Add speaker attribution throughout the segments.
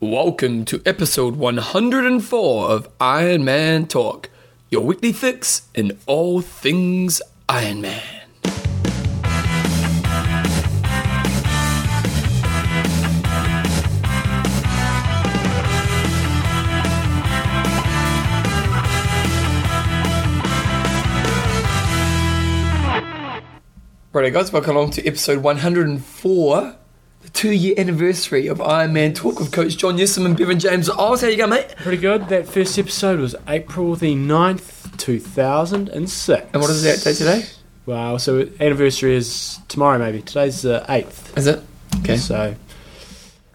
Speaker 1: Welcome to episode 104 of Iron Man Talk, your weekly fix in all things Iron Man. Righty, guys, welcome along to episode 104, the two year anniversary of Iron Man Talk with Coach John Newsom and Bevan James. Oh, how you going, mate?
Speaker 2: Pretty good. That first episode was April the 9th, 2006.
Speaker 1: And what is that day today?
Speaker 2: Wow, so anniversary is tomorrow maybe. Today's the 8th.
Speaker 1: Is it? Okay.
Speaker 2: So,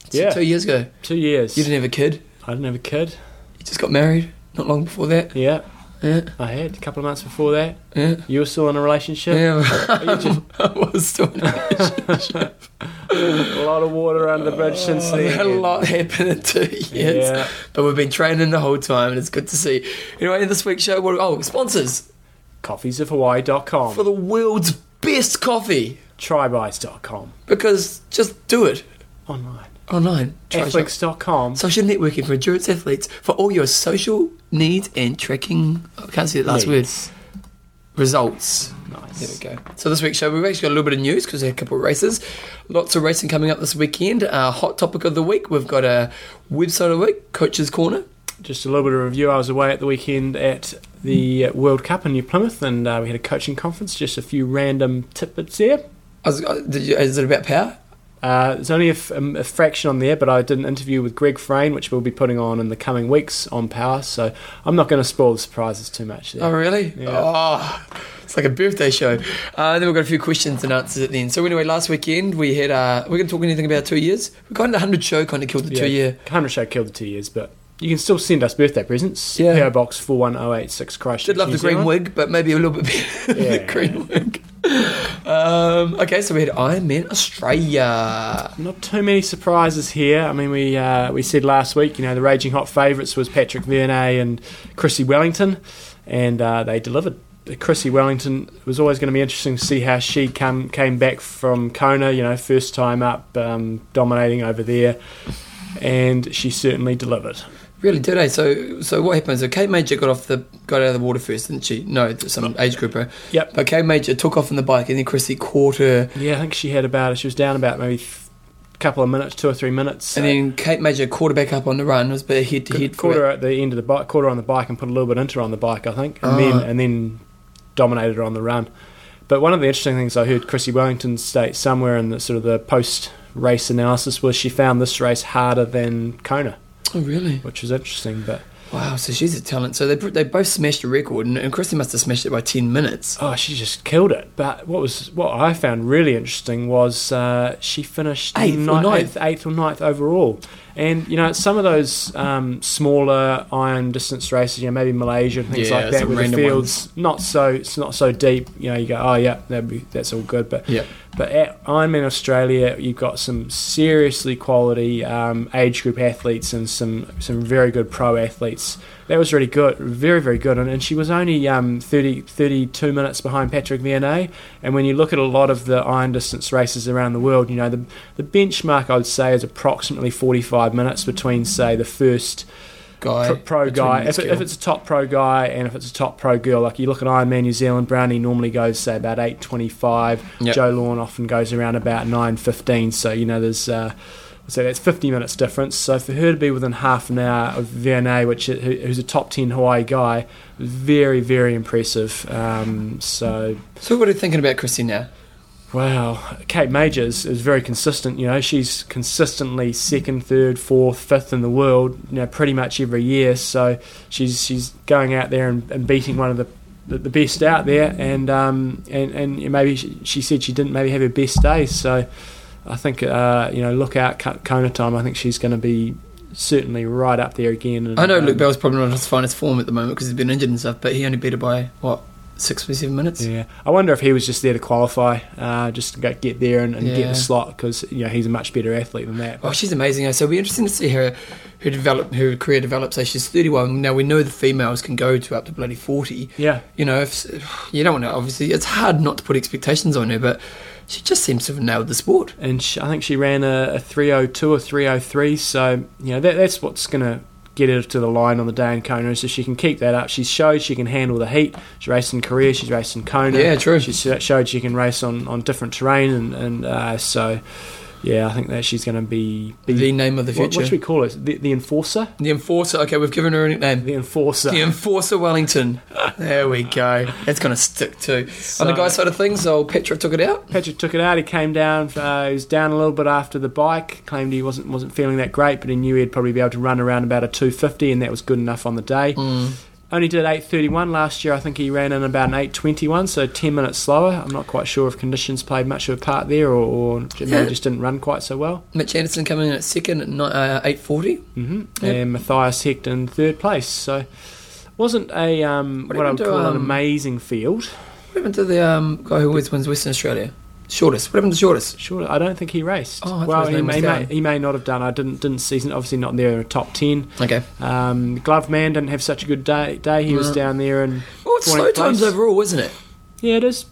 Speaker 1: So
Speaker 2: yeah,
Speaker 1: Two years ago.
Speaker 2: two years.
Speaker 1: You didn't have a kid,
Speaker 2: I didn't have a kid.
Speaker 1: you just got married not long before that.
Speaker 2: Yeah,
Speaker 1: Yeah,
Speaker 2: I had a couple of months before that.
Speaker 1: yeah.
Speaker 2: You were still in a relationship.
Speaker 1: Yeah,
Speaker 2: You just-
Speaker 1: I was doing
Speaker 2: a lot of water under the bridge since then.
Speaker 1: Oh, a lot happen in two years,
Speaker 2: Yeah.
Speaker 1: but we've been training the whole time, and it's good to see. Anyway, in this week's show, what oh sponsors
Speaker 2: Coffeesofhawaii.com.
Speaker 1: for the world's best coffee
Speaker 2: Trybuys.com.
Speaker 1: because just do it
Speaker 2: Online.
Speaker 1: online. Try shop.
Speaker 2: Netflix.com.
Speaker 1: Social networking for endurance athletes for all your social needs and tracking. I can't see that last
Speaker 2: Leads.
Speaker 1: word. Results. There
Speaker 2: Nice.
Speaker 1: we go. So this week's show, we've actually got a little bit of news because we had a couple of races. Lots of racing coming up this weekend. Uh, hot topic of the week. We've got a website of the week, Coach's Corner.
Speaker 2: Just a little bit of review. I was away at the weekend at the uh, World Cup in New Plymouth, and uh, we had a coaching conference. Just a few random tidbits there.
Speaker 1: I was, uh, did you, is it about power?
Speaker 2: Uh, there's only a, f- um, a fraction on there, but I did an interview with Greg Frayne, which we'll be putting on in the coming weeks on Power. So I'm not going to spoil the surprises too much. There.
Speaker 1: Oh, really?
Speaker 2: Yeah.
Speaker 1: Oh, it's like a birthday show. Uh, and then we've got a few questions and answers at the end. So anyway, last weekend we had, uh, we're going to talk anything about two years. We got into 100 show, kind of killed the
Speaker 2: Yeah,
Speaker 1: two year.
Speaker 2: Hundred show killed the two years, but you can still send us birthday presents.
Speaker 1: Yeah.
Speaker 2: PO Box four one zero eight six Christchurch.
Speaker 1: Did love
Speaker 2: New
Speaker 1: the green
Speaker 2: Zealand.
Speaker 1: wig, but maybe a little bit better than the
Speaker 2: Yeah.
Speaker 1: green wig. Um, okay, so we had Iron Man Australia.
Speaker 2: Not too many surprises here. I mean, we uh, we said last week, you know, the raging hot favourites was Patrick Vernay and Chrissy Wellington, and uh, they delivered. Chrissy Wellington it was always going to be interesting to see how she come came back from Kona. You know, first time up, um, dominating over there, and she certainly delivered.
Speaker 1: Really did I? So so what happened? So Kate Major got off the got out of the water first, didn't she? No, it's some age grouper.
Speaker 2: Yep.
Speaker 1: But Kate Major took off on the bike, and then Chrissy caught her,
Speaker 2: Yeah, I think she had about she was down about maybe a couple of minutes, two or three minutes, so-
Speaker 1: and then Kate Major caught her back up on the run. It was a bit head to head
Speaker 2: caught her at the end of the bike, caught her on the bike, and put a little bit into her on the bike, I think, and
Speaker 1: Oh.
Speaker 2: then and then dominated her on the run. But one of the interesting things I heard Chrissy Wellington state somewhere in the sort of the post race analysis was she found this race harder than Kona,
Speaker 1: Oh really?
Speaker 2: which is interesting. But
Speaker 1: Wow. So she's a talent. So they they both smashed a record, and, and Chrissy must have smashed it by ten minutes.
Speaker 2: oh, she just killed it. But what was what I found really interesting was uh, she finished
Speaker 1: Eighth or
Speaker 2: ni-
Speaker 1: ninth?
Speaker 2: eighth, eighth or ninth overall. And you know some of those um, smaller iron distance races, you know maybe Malaysia and things
Speaker 1: Yeah,
Speaker 2: like that,
Speaker 1: some
Speaker 2: where the
Speaker 1: random
Speaker 2: fields not so it's not so deep. You know you go oh yeah that'd be, that's all good, but
Speaker 1: Yeah.
Speaker 2: but at Ironman Australia, you've got some seriously quality um, age group athletes and some, some very good pro athletes. That was really good, very, very good. And, and she was only um, 30, 32 minutes behind Patrick Vianney. And when you look at a lot of the iron distance races around the world, you know, the, the benchmark, I would say, is approximately 45 minutes between, say, the first
Speaker 1: Guy,
Speaker 2: pro, pro
Speaker 1: between
Speaker 2: guy.
Speaker 1: this
Speaker 2: If, it-
Speaker 1: girl.
Speaker 2: if it's a top pro guy and if it's a top pro girl, like you look at Ironman New Zealand, Brownie normally goes say about eight twenty five.
Speaker 1: Yep.
Speaker 2: Joe Lawn often goes around about nine fifteen. So you know there's. Uh, so that's 50 minutes difference. So for her to be within half an hour of Vianney, which is, who- who's a top 10 Hawaii guy, very, very impressive. Um, so
Speaker 1: so what are you thinking about Chrissy now?
Speaker 2: Wow, Kate Majors is very consistent. You know, she's consistently second, third, fourth, fifth in the world. You know, pretty much every year. So she's she's going out there and, and beating one of the, the the best out there. And um and and maybe she, she said she didn't maybe have her best day. So I think uh you know look out Ko- Kona time. I think she's going to be certainly right up there again. And,
Speaker 1: I know
Speaker 2: um,
Speaker 1: Luke Bell's probably not in his finest form at the moment because he's been injured and stuff, but he only beat her by what six or seven minutes.
Speaker 2: Yeah, I wonder if he was just there to qualify, uh, just to go- get there and, and get
Speaker 1: Yeah.
Speaker 2: the slot because you know he's a much better athlete than that.
Speaker 1: Oh, she's amazing. So it'll be interesting to see her, her develop, her career develop. So she's 31. Now we know the females can go to up to bloody 40.
Speaker 2: Yeah,
Speaker 1: You know, if you don't want to, obviously, it's hard not to put expectations on her, but she just seems to have nailed the sport.
Speaker 2: and she, I think she ran a, a 302 or 303. So you know that, that's what's going to get her to the line on the day in Kona. So she can keep that up. She showed she can handle the heat. She raced in Korea. She's raced in Kona.
Speaker 1: Yeah, true.
Speaker 2: She sh- showed she can race on, on different terrain and and uh, so yeah, I think that she's going to be, be
Speaker 1: The name of the
Speaker 2: what, what
Speaker 1: future.
Speaker 2: should we call it? The, the enforcer.
Speaker 1: The enforcer. Okay, we've given her a nickname.
Speaker 2: The enforcer.
Speaker 1: The Enforcer Wellington. There we go. That's going to stick too. On the guy side of things, old Petra took it out.
Speaker 2: Patrick took it out. He came down. Uh, he was down a little bit after the bike. Claimed he wasn't wasn't feeling that great, but he knew he'd probably be able to run around about a 250, and that was good enough on the day. Only did 8:31 last year. I think he ran in about an 8:21, so 10 minutes slower. I'm not quite sure if conditions played much of a part there, or, or maybe
Speaker 1: Yeah.
Speaker 2: just didn't run quite so well.
Speaker 1: Mitch Anderson coming in at second at ni- uh, 8.40.
Speaker 2: hmm
Speaker 1: Yep.
Speaker 2: And Matthias Hecht in third place. So wasn't a um,
Speaker 1: What
Speaker 2: what I
Speaker 1: happened
Speaker 2: would
Speaker 1: to,
Speaker 2: call an
Speaker 1: um,
Speaker 2: amazing field.
Speaker 1: What happened to the um, guy who always wins Western Australia? Shortest. What happened to shortest?
Speaker 2: Sure, I don't think he raced.
Speaker 1: Oh, I thought
Speaker 2: well,
Speaker 1: his
Speaker 2: he,
Speaker 1: name was
Speaker 2: he may,
Speaker 1: down.
Speaker 2: he may not have done. I didn't didn't see. He's obviously not there in the top ten.
Speaker 1: Okay.
Speaker 2: Um, Glove man didn't have such a good day. Day he was
Speaker 1: No.
Speaker 2: down there and
Speaker 1: Well, Oh, it's
Speaker 2: 14th
Speaker 1: slow times
Speaker 2: place.
Speaker 1: overall, isn't it?
Speaker 2: yeah, it is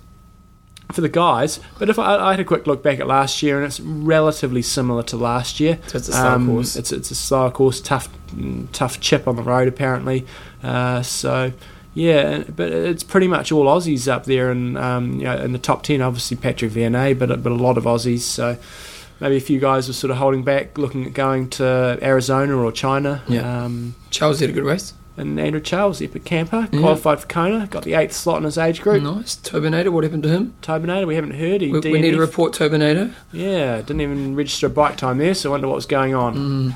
Speaker 2: for the guys. But if I, I had a quick look back at last year, and it's relatively similar to last year. Um,
Speaker 1: So it's a slow course.
Speaker 2: It's it's a slower course, tough mm, tough chip on the road apparently. Uh, so. Yeah, but it's pretty much all Aussies up there, and um, you know, in the top ten, obviously Patrick Vianney, but but a lot of Aussies. So maybe a few guys were sort of holding back, looking at going to Arizona or China.
Speaker 1: Yeah.
Speaker 2: Um,
Speaker 1: Charles had a good race.
Speaker 2: and Andrew Charles, the epic camper,
Speaker 1: Yeah.
Speaker 2: qualified for Kona, got the eighth slot in his age group.
Speaker 1: Nice. Turbinator, what happened to him?
Speaker 2: Tobinator, we haven't heard. He
Speaker 1: We, we need to
Speaker 2: DNF'd.
Speaker 1: report Turbinator.
Speaker 2: Yeah, didn't even register a bike time there, so I wonder what was going
Speaker 1: Mm,
Speaker 2: on.
Speaker 1: Hmm.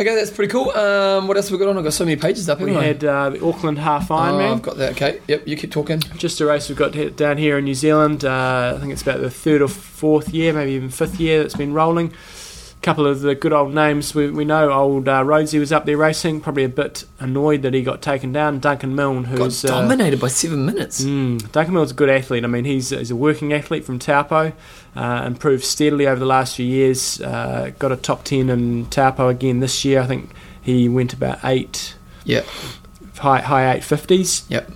Speaker 1: Okay, that's pretty cool. Um, what else have we got on? I've got so many pages up,
Speaker 2: We
Speaker 1: haven't I?
Speaker 2: had uh, the Auckland Half
Speaker 1: oh,
Speaker 2: Ironman,
Speaker 1: I've got that. Okay. Yep, you keep talking.
Speaker 2: just a race we've got he- down here in New Zealand. Uh, I think it's about the third or fourth year, maybe even fifth year that's been rolling. A couple of the good old names we, we know. Old uh, Rhodesy was up there racing, probably a bit annoyed that he got taken down. Duncan Milne,
Speaker 1: Got
Speaker 2: who's uh,
Speaker 1: dominated by seven minutes.
Speaker 2: Mm, Duncan Miller's a good athlete. I mean, he's, he's a working athlete from Taupo, uh, improved steadily over the last few years. Uh, got a top 10 in Taupo again this year. I think he went about eight,
Speaker 1: Yep.
Speaker 2: high, high 850s,
Speaker 1: Yep.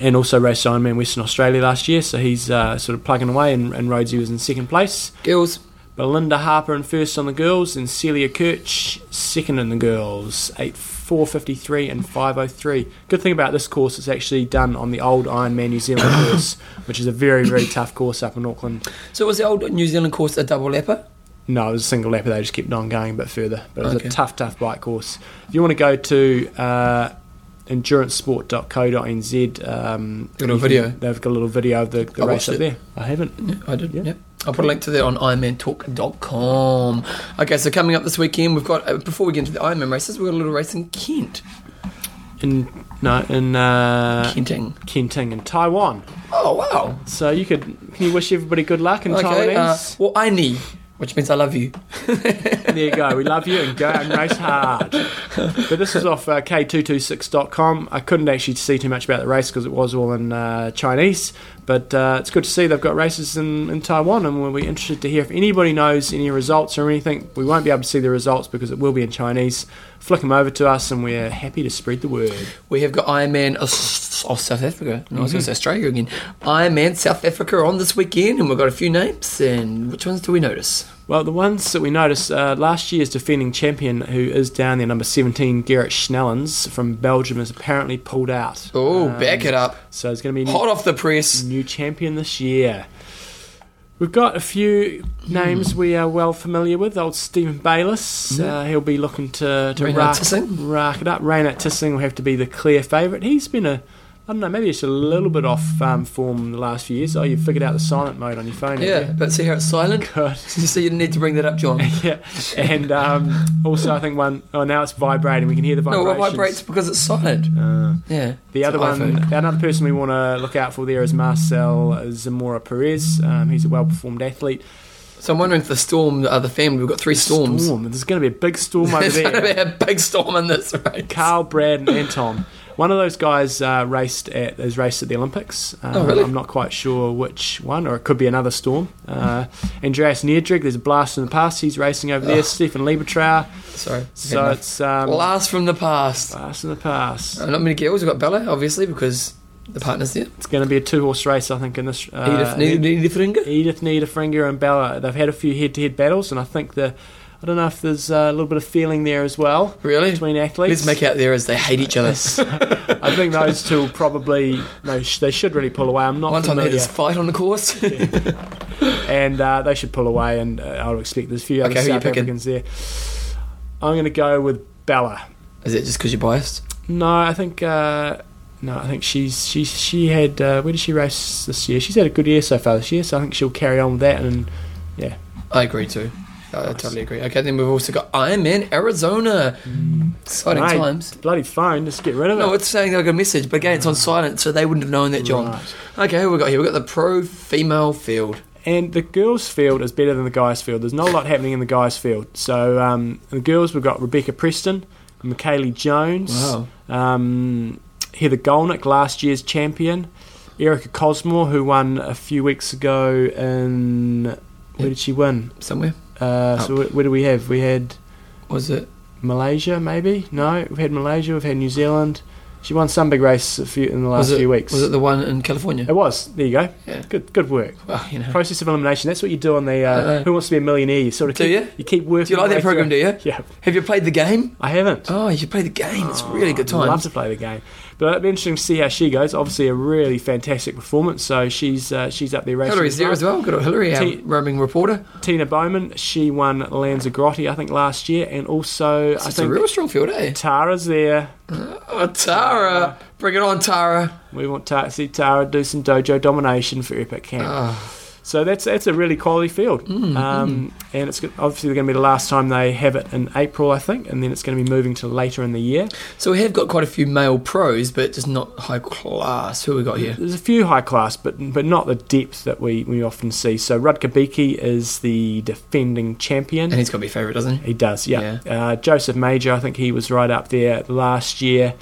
Speaker 2: and also raced Ironman Western Australia last year. So he's uh, sort of plugging away, and, and Rhodesy was in second place.
Speaker 1: Girls.
Speaker 2: Belinda Harper in first on the girls, and Celia Kirch second in the girls, eight four fifty three and five oh three. Good thing about this course, it's actually done on the old Ironman New Zealand course, which is a very very tough course up in Auckland.
Speaker 1: So was the old New Zealand course a double lapper?
Speaker 2: No, it was a single lap, they just kept on going a bit further. But it was
Speaker 1: Okay.
Speaker 2: a tough tough bike course. If you want to go to uh, endurancesport.co.nz, um,
Speaker 1: Got a little
Speaker 2: you can-
Speaker 1: video.
Speaker 2: They've got a little video of the, the
Speaker 1: I
Speaker 2: race
Speaker 1: watched
Speaker 2: up
Speaker 1: it.
Speaker 2: there. I haven't.
Speaker 1: Yeah, I did. Yeah.
Speaker 2: Yeah.
Speaker 1: I'll put a link to that on ironmantalk.com. Okay, so coming up this weekend, we've got, uh, before we get into the Ironman races, we've got a little race in Kent.
Speaker 2: In no, in uh,
Speaker 1: Kenting.
Speaker 2: Kenting in Taiwan.
Speaker 1: Oh, wow.
Speaker 2: So you could can you wish everybody good luck in
Speaker 1: Okay. Uh,
Speaker 2: Taiwanese?
Speaker 1: well, I need, which means I love you.
Speaker 2: there you go. We love you and go out and race hard. But this is off uh, k226.com. I couldn't actually see too much about the race because it was all in uh, Chinese. But uh, it's good to see they've got races in, in Taiwan, and we'll be interested to hear if anybody knows any results or anything. We won't be able to see the results because it will be in Chinese. Flick them over to us, and we're happy to spread the word.
Speaker 1: We have got Ironman of South Africa. No, I
Speaker 2: Mm-hmm.
Speaker 1: was going to say Australia again. Ironman South Africa on this weekend, and we've got a few names. And which ones do we notice?
Speaker 2: Well, the ones that we noticed uh, last year's defending champion, who is down there, number 17, Gerrit Schnellens from Belgium, has apparently pulled out.
Speaker 1: Oh,
Speaker 2: Um,
Speaker 1: back it up.
Speaker 2: So it's going to be
Speaker 1: Hot
Speaker 2: a
Speaker 1: off the press.
Speaker 2: new, new champion this year. We've got a few names we are well familiar with. Old Stephen Bayliss,
Speaker 1: Mm-hmm.
Speaker 2: uh, he'll be looking to, to
Speaker 1: Reynard
Speaker 2: rack,
Speaker 1: Tissing?
Speaker 2: rack it up. Raynard Tissing will have to be the clear favourite. He's been a, I don't know, maybe it's a little bit off um, form the last few years. Oh, you figured out the silent mode on your phone. haven't
Speaker 1: Yeah, but see how it's silent?
Speaker 2: you? God.
Speaker 1: You see, you didn't need to bring that up, John.
Speaker 2: yeah, and um, also I think one oh now it's vibrating. We can hear the
Speaker 1: No,
Speaker 2: vibrations.
Speaker 1: it vibrates because it's silent.
Speaker 2: Uh,
Speaker 1: Yeah.
Speaker 2: the
Speaker 1: It's
Speaker 2: other
Speaker 1: an
Speaker 2: one,
Speaker 1: iPhone.
Speaker 2: another person we want to look out for there is Marcel Zamora Perez. Um, he's a well-performed athlete.
Speaker 1: So I'm wondering if the storm, uh, the other family, we've got three storms.
Speaker 2: Storm. There's going to be a big storm over
Speaker 1: There's going to
Speaker 2: there.
Speaker 1: be a big storm in this race.
Speaker 2: Carl, Brad, and Anton. One of those guys uh, raced at has raced at the Olympics. Um,
Speaker 1: Oh, really?
Speaker 2: I'm not quite sure which one, or it could be another storm. Uh, Andreas Niedrig, there's a blast in the past. He's racing over there.
Speaker 1: Ugh.
Speaker 2: Stefan Liebertrau.
Speaker 1: Sorry.
Speaker 2: So it's um,
Speaker 1: Last from the past.
Speaker 2: blast in the past.
Speaker 1: Uh, not many girls. We've got Bella, obviously, because the partners there.
Speaker 2: It's going to be a two horse race, I think, in this. Uh,
Speaker 1: Edith, Edith, Edith Ringer.
Speaker 2: Edith Niederfringer and Bella. They've had a few head to head battles, and I think the. I don't know if there's uh, a little bit of feeling there as well
Speaker 1: Really?
Speaker 2: between athletes.
Speaker 1: Let's make out there as they hate each other.
Speaker 2: I think those two will probably they, sh- they should really pull away. I'm not
Speaker 1: One time they had this
Speaker 2: familiar,
Speaker 1: fight on the course.
Speaker 2: and uh, they should pull away. And uh, I would expect there's a few other
Speaker 1: Okay, who you
Speaker 2: South
Speaker 1: picking?
Speaker 2: Africans there. I'm going to go with Bella.
Speaker 1: Is it just because you're biased?
Speaker 2: No, I think uh, no, I think she's she she had uh, where did she race this year? She's had a good year so far this year, so I think she'll carry on with that. And
Speaker 1: I agree too. Uh, I I totally agree. Okay, then we've also got Ironman Arizona. Exciting
Speaker 2: Mate,
Speaker 1: times.
Speaker 2: bloody phone, just get rid of it.
Speaker 1: No, it's saying like a message, but again, it's on silent, so they wouldn't have known that, John.
Speaker 2: Right.
Speaker 1: Okay, who we got here? We've got the pro female field.
Speaker 2: And the girls' field is better than the guys' field. There's not a lot happening in the guys' field. So um, the girls, we've got Rebecca Preston, McKaylee Jones, um, Heather Golnick, last year's champion, Erica Cosmore, who won a few weeks ago in. Where did she win?
Speaker 1: Somewhere?
Speaker 2: Uh, so where, where do we have? We had
Speaker 1: Was it?
Speaker 2: Malaysia, maybe? No, we've had Malaysia, we've had New Zealand. She won some big race a few, in the last
Speaker 1: was it,
Speaker 2: few weeks.
Speaker 1: Was it the one in California?
Speaker 2: it was. There you go.
Speaker 1: Yeah.
Speaker 2: Good, good work.
Speaker 1: Well, you know.
Speaker 2: Process of elimination. That's what you do on the
Speaker 1: I know.
Speaker 2: uh, Who Wants to Be a Millionaire. You sort of
Speaker 1: Do
Speaker 2: keep,
Speaker 1: you?
Speaker 2: keep working.
Speaker 1: Do you like
Speaker 2: your
Speaker 1: that
Speaker 2: way
Speaker 1: program, do
Speaker 2: through
Speaker 1: you?
Speaker 2: it. Yeah,
Speaker 1: Have you played the game?
Speaker 2: I haven't.
Speaker 1: Oh, you should play the game. It's really good
Speaker 2: I love
Speaker 1: times.
Speaker 2: to play the game, but it'll be interesting to see how she goes. Obviously, a really fantastic performance. So she's uh, she's up there racing.
Speaker 1: Hillary's
Speaker 2: as
Speaker 1: there
Speaker 2: well.
Speaker 1: as well. Good old Hillary, our
Speaker 2: T-
Speaker 1: roaming reporter.
Speaker 2: Tina Bowman. She won Lanzarote, I think, last year, and also I
Speaker 1: It's a
Speaker 2: think
Speaker 1: real strong field, eh?
Speaker 2: Tara's there.
Speaker 1: Oh, Tara. Bring it on, Tara.
Speaker 2: We want to see Tara do some dojo domination for Epic Camp.
Speaker 1: Oh,
Speaker 2: So that's that's a really quality field,
Speaker 1: Mm,
Speaker 2: um, and it's go- obviously going to be the last time they have it in April, I think, and then it's going to be moving to later in the year.
Speaker 1: So we have got quite a few male pros, but just not high class. Who we got here?
Speaker 2: There's a few high class, but but not the depth that we, we often see. So Rudger Beakey is the defending champion.
Speaker 1: And he's got to be favourite, doesn't he?
Speaker 2: He does, yeah. Uh, Joseph Major, I think he was right up there last year.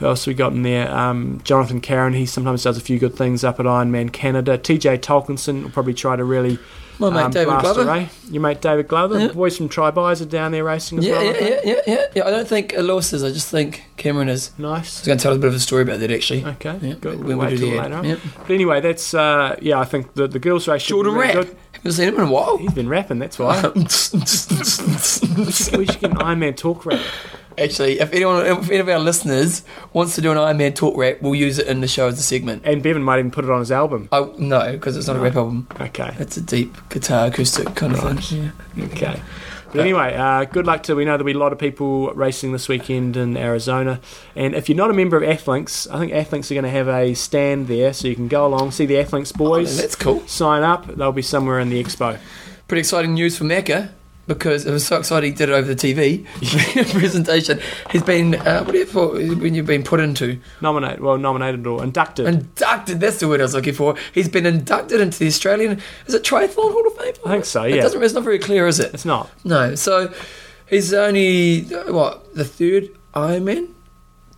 Speaker 2: Who else we got in there? Um, Jonathan Karen, he sometimes does a few good things up at Ironman Canada. TJ Tolkinson will probably try to really
Speaker 1: My mate
Speaker 2: um,
Speaker 1: David
Speaker 2: blast
Speaker 1: Glover.
Speaker 2: away. Your mate David Glover.
Speaker 1: Yeah.
Speaker 2: The boys from Tri Buys are down there racing as
Speaker 1: Yeah,
Speaker 2: well. I
Speaker 1: yeah,
Speaker 2: think.
Speaker 1: yeah, yeah, yeah, yeah. I don't think Lewis is. I just think Cameron is. I was
Speaker 2: Nice.
Speaker 1: going to tell us a bit of a story about that actually.
Speaker 2: Okay,
Speaker 1: Yeah,
Speaker 2: good.
Speaker 1: when
Speaker 2: We'll
Speaker 1: we
Speaker 2: wait
Speaker 1: do
Speaker 2: till
Speaker 1: the
Speaker 2: later.
Speaker 1: ad. Yep.
Speaker 2: But anyway, that's uh, yeah. I think the the girls race. should be
Speaker 1: Jordan
Speaker 2: really
Speaker 1: Rapp.
Speaker 2: good.
Speaker 1: Haven't seen him in a while.
Speaker 2: He's been rapping. That's why. we should get an Iron Man talk rap.
Speaker 1: actually, if anyone, if any of our listeners wants to do an Iron Man talk rap, we'll use it in the show as a segment.
Speaker 2: And Bevan might even put it on his album.
Speaker 1: I no, because it's not a rap album.
Speaker 2: Okay.
Speaker 1: It's a deep guitar acoustic kind of thing. Yeah.
Speaker 2: Okay. But anyway, uh, good luck to. We know there'll be a lot of people racing this weekend in Arizona. And if you're not a member of Athlinks, I think Athlinks are going to have a stand there so you can go along, see the
Speaker 1: Oh,
Speaker 2: Athlinks boys,
Speaker 1: that's cool.
Speaker 2: sign up. They'll be somewhere in the expo.
Speaker 1: Pretty exciting news for Macca because it was so exciting he did it over the TV presentation. He's been uh, what do you thought when you've been put into
Speaker 2: Nominate, well, nominated or inducted.
Speaker 1: inducted. That's the word I was looking for. He's been inducted into the Australian is it Triathlon Hall of Fame?
Speaker 2: I think so,
Speaker 1: It
Speaker 2: yeah.
Speaker 1: doesn't. It's not very clear, is it?
Speaker 2: it's not.
Speaker 1: No. So he's only uh, what the third Ironman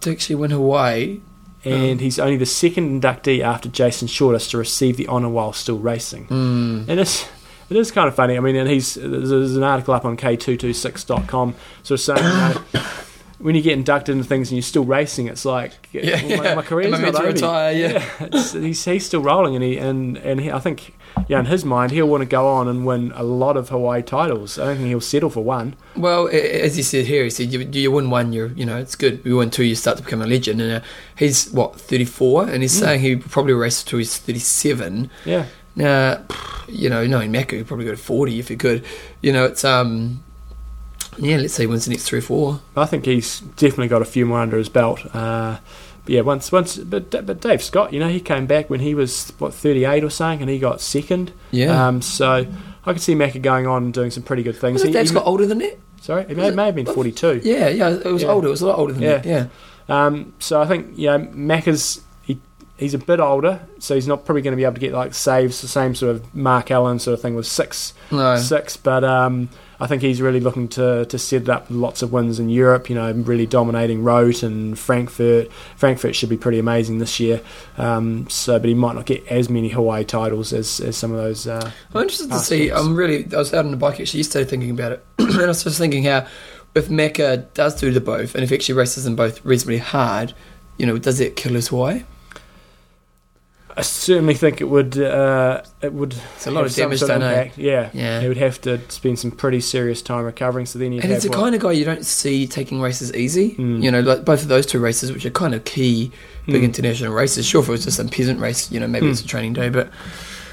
Speaker 1: to actually win Hawaii.
Speaker 2: And he's only the second inductee after Jason Shortus to receive the honour while still racing.
Speaker 1: Hmm.
Speaker 2: Mm. And it's. It is kind of funny. I mean, and he's there's there's an article up on k226.com sort of saying, you know, when you get inducted into things and you're still racing, it's like
Speaker 1: Yeah,
Speaker 2: well, my, my
Speaker 1: Am
Speaker 2: career's
Speaker 1: I meant
Speaker 2: not
Speaker 1: to
Speaker 2: over.
Speaker 1: retire? Yeah.
Speaker 2: it's, he's, he's still rolling, and he and and he, I think yeah, in his mind, he'll want to go on and win a lot of Hawaii titles. I don't think he'll settle for one.
Speaker 1: Well, a- a- as he said here, he said you, you win one, you're you know it's good. You win two, you start to become a legend. And uh, he's what 34, and he's saying he probably race till he's 37.
Speaker 2: Yeah,
Speaker 1: Now, you know, knowing Mecca, you probably go to 40 if he could. You know, it's um, yeah. Let's see, when's the next three or four?
Speaker 2: I think he's definitely got a few more under his belt. Uh, but yeah, once once, but Da- but Dave Scott, you know, he came back when he was what 38 or something, and he got second.
Speaker 1: Yeah.
Speaker 2: Um, so I could see Macca going on and doing some pretty good things.
Speaker 1: Was it
Speaker 2: He-
Speaker 1: Dave's
Speaker 2: he-
Speaker 1: got older than that?
Speaker 2: sorry, he may, may have been 42.
Speaker 1: Yeah, yeah. It was
Speaker 2: Yeah.
Speaker 1: older. It was a lot older than
Speaker 2: Yeah.
Speaker 1: that. Yeah.
Speaker 2: Um, so I think you know Mac is he, he's a bit older, so he's not probably going to be able to get like saves the same sort of Mark Allen sort of thing with six
Speaker 1: No.
Speaker 2: six. But um, I think he's really looking to to set it up with lots of wins in Europe. You know, really dominating Rote and Frankfurt. Frankfurt should be pretty amazing this year. Um, so, but he might not get as many Hawaii titles as as some of those. Uh,
Speaker 1: I'm interested to
Speaker 2: past
Speaker 1: see.
Speaker 2: years.
Speaker 1: I'm really. I was out on the bike actually yesterday thinking about it, and I was just thinking how if Mecca does do the both, and if he actually races them both reasonably hard, you know, does it kill his why?
Speaker 2: I certainly think it would. Uh, it would.
Speaker 1: It's a lot
Speaker 2: have
Speaker 1: of
Speaker 2: some
Speaker 1: damage
Speaker 2: sort of
Speaker 1: done, eh?
Speaker 2: impact. Yeah,
Speaker 1: Yeah.
Speaker 2: He would have to spend some pretty serious time recovering. So then you'd
Speaker 1: And
Speaker 2: have
Speaker 1: it's the
Speaker 2: what-
Speaker 1: kind of guy you Hmm. don't see taking races easy.
Speaker 2: Mm.
Speaker 1: You know, like both of those two races, which are kind of key big
Speaker 2: Mm.
Speaker 1: international races. Sure, if it was just some peasant race, you know, maybe it's a training day, but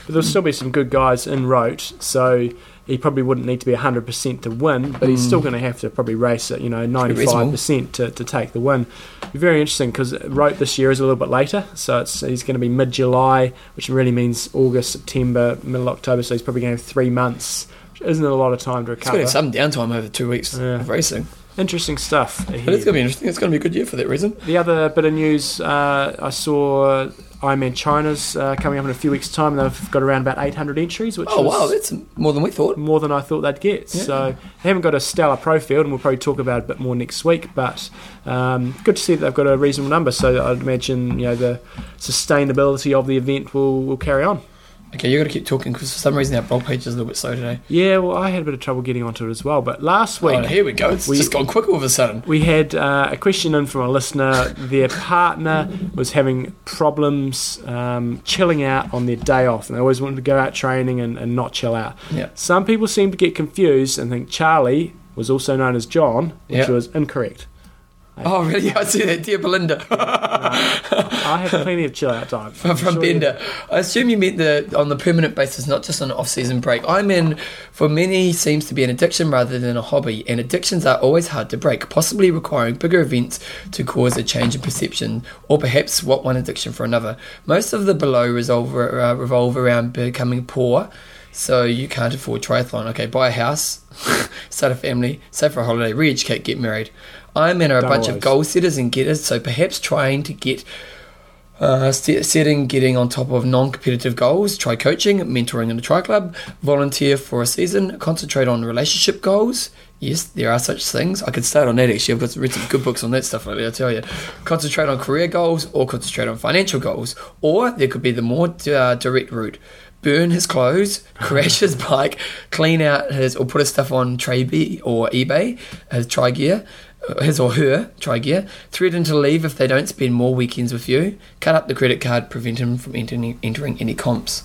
Speaker 2: But there'll still be some good guys in Rote, so he probably wouldn't need to be 100% to win, but he's still going to have to probably race at, you know,
Speaker 1: be Mm. reasonable.
Speaker 2: 95% to, to take the win. Very interesting because Rote this year is a little bit later, so it's, he's going to be mid July, which really means August, September, middle October, so he's probably going to have three months, which isn't a lot of time to
Speaker 1: it's going to
Speaker 2: recover.
Speaker 1: have some downtime over two weeks
Speaker 2: Yeah.
Speaker 1: of racing.
Speaker 2: interesting stuff.
Speaker 1: But it's
Speaker 2: ahead.
Speaker 1: going to be interesting. It's going to be a good year for that reason.
Speaker 2: The other bit of news uh, I saw Ironman China's uh, coming up in a few weeks' time, and they've got around about 800 entries, which
Speaker 1: Oh,
Speaker 2: is
Speaker 1: wow, that's more than we thought.
Speaker 2: more than I thought they'd get.
Speaker 1: Yeah.
Speaker 2: So they haven't got a stellar profile, and we'll probably talk about it a bit more next week. But um, good to see that they've got a reasonable number. So I'd imagine you know the sustainability of the event will, will carry on.
Speaker 1: Okay, you've got to keep talking because for some reason our blog page is a little bit slow today.
Speaker 2: Yeah, well, I had a bit of trouble getting onto it as well. But last week,
Speaker 1: Oh, here we go. It's
Speaker 2: We-
Speaker 1: just gone quick all of a sudden.
Speaker 2: We had uh, a question in from a listener. Their partner was having problems um, chilling out on their day off, and they always wanted to go out training and, and not chill out.
Speaker 1: Yeah.
Speaker 2: Some people seem to get confused and think Charlie was also known as John, which
Speaker 1: Yeah.
Speaker 2: was incorrect.
Speaker 1: Oh, really? I see that. Dear Belinda
Speaker 2: I have plenty of chill out time.
Speaker 1: from Bender. I assume you meant the on the permanent basis, not just on an off-season break. I'm in for many seems to be an addiction rather than a hobby, and addictions are always hard to break, possibly requiring bigger events to cause a change in perception, or perhaps swap one addiction for another. Most of the below resolve, uh, revolve around becoming poor. So you can't afford triathlon. Okay, buy a house, start a family, save for a holiday, re-educate, get married. I'm in a
Speaker 2: Don't
Speaker 1: bunch of
Speaker 2: always.
Speaker 1: goal setters and getters, so perhaps trying to get uh, set- setting, getting on top of non competitive goals, try coaching, mentoring in a tri club, volunteer for a season, concentrate on relationship goals. Yes, there are such things. I could start on that actually. I've got read some good books on that stuff lately, I tell you. Concentrate on career goals or concentrate on financial goals. Or there could be the more uh, direct route burn his clothes, crash his bike, clean out his or put his stuff on Traby or eBay, his tri gear, uh, his or her tri gear, threaten to leave if they don't spend more weekends with you, cut up the credit card, prevent him from entering, entering any comps.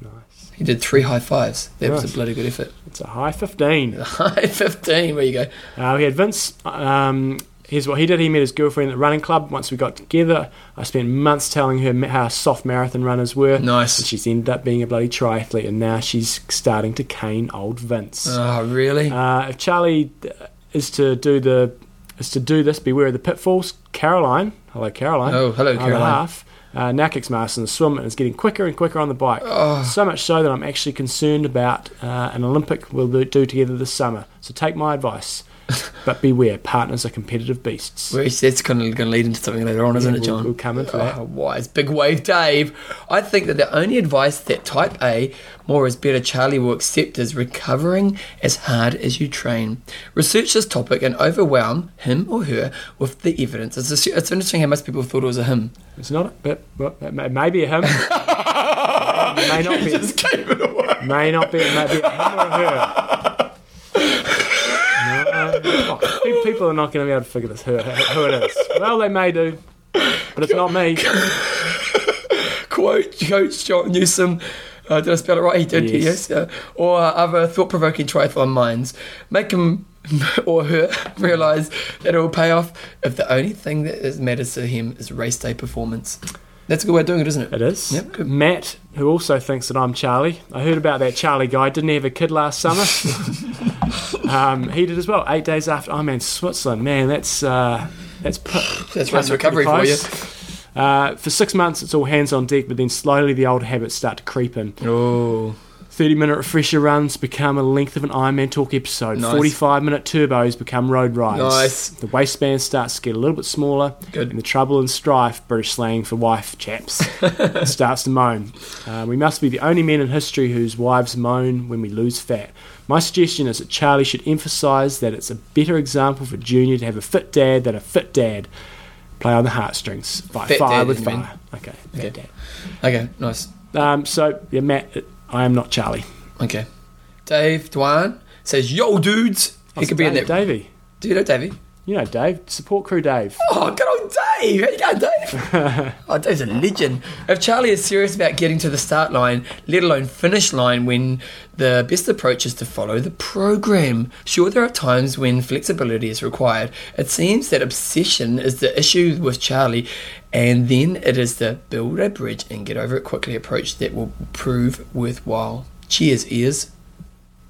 Speaker 2: Nice.
Speaker 1: He did three high fives. That was
Speaker 2: Nice.
Speaker 1: a bloody good effort.
Speaker 2: It's a high 15.
Speaker 1: High 15, where you go.
Speaker 2: Uh, we had Vince. Um, here's what he did. He met his girlfriend at the running club. Once we got together, I spent months telling her ma- how soft marathon runners were. And
Speaker 1: Nice.
Speaker 2: she's ended up being a bloody triathlete, and now she's starting to cane old Vince.
Speaker 1: Oh, really?
Speaker 2: Uh, if Charlie uh, is to do the is to do this, beware of the pitfalls. Caroline, hello Caroline,
Speaker 1: Oh, hello,
Speaker 2: other
Speaker 1: Caroline.
Speaker 2: half, uh, now kicks my ass in the swim and is getting quicker and quicker on the bike.
Speaker 1: Oh,
Speaker 2: So much so that I'm actually concerned about uh, an Olympic we'll do do together this summer. So take my advice, but beware, partners are competitive beasts.
Speaker 1: well, that's kind of going to lead into something later on, isn't
Speaker 2: Yeah,
Speaker 1: it,
Speaker 2: we'll-
Speaker 1: John?
Speaker 2: We'll come into that.
Speaker 1: Oh, wise big wave Dave. I think that the only advice that type A more is better Charlie will accept is recovering as hard as you train. Research this topic and overwhelm him or her with the evidence. It's, a, it's interesting how most people thought it was a him.
Speaker 2: It's not, a, but, but it may- it may be a him, may not
Speaker 1: You
Speaker 2: be.
Speaker 1: just gave it away.
Speaker 2: may not be, it may be a him or a her. No, fuck. Pe- people are not going to be able to figure this who, who it is. Well, they may do, but it's not me.
Speaker 1: Quote Coach John Newsom. Uh, did I spell it right? He did,
Speaker 2: Yes.
Speaker 1: yes. uh, or other thought provoking triathlon minds. Make him or her realize that it will pay off if the only thing that is matters to him is race day performance. That's a good way of doing it, isn't it?
Speaker 2: It is.
Speaker 1: Yep, good.
Speaker 2: Matt, who also thinks that I'm Charlie. I heard about that Charlie guy. Didn't he have a kid last summer? um, he did as well. Eight days after I'm in Switzerland. Man, that's uh, that's put,
Speaker 1: That's race recovery for you.
Speaker 2: Uh, for six months, it's all hands on deck, but then slowly the old habits start to creep in.
Speaker 1: Oh,
Speaker 2: 30 minute refresher runs become a length of an Ironman Talk episode.
Speaker 1: Nice.
Speaker 2: 45 minute turbos become road rides.
Speaker 1: Nice.
Speaker 2: The waistband starts to get a little bit smaller.
Speaker 1: Good.
Speaker 2: And the trouble and strife, British slang for wife, chaps, starts to moan. Uh, we must be the only men in history whose wives moan when we lose fat. My suggestion is that Charlie should emphasise that it's a better example for Junior to have a fit dad than a fit dad. Play on the heartstrings. Fight
Speaker 1: Fit
Speaker 2: fire
Speaker 1: dad,
Speaker 2: with
Speaker 1: you mean?
Speaker 2: fire. Okay.
Speaker 1: Okay.
Speaker 2: Fit
Speaker 1: okay, nice.
Speaker 2: dad. Um, so, yeah, Matt, I am not Charlie.
Speaker 1: Okay. Dave Dwan says, Yo, dudes. He
Speaker 2: That's
Speaker 1: could be in
Speaker 2: Dave-
Speaker 1: that.
Speaker 2: Davey.
Speaker 1: Do you know Davey?
Speaker 2: You know, Dave, support crew Dave.
Speaker 1: Oh, good old Dave. How you going, Dave? oh, Dave's a legend. If Charlie is serious about getting to the start line, let alone finish line, when the best approach is to follow the program. Sure, there are times when flexibility is required. It seems that obsession is the issue with Charlie, and then it is the build a bridge and get over it quickly approach that will prove worthwhile. Cheers, ears.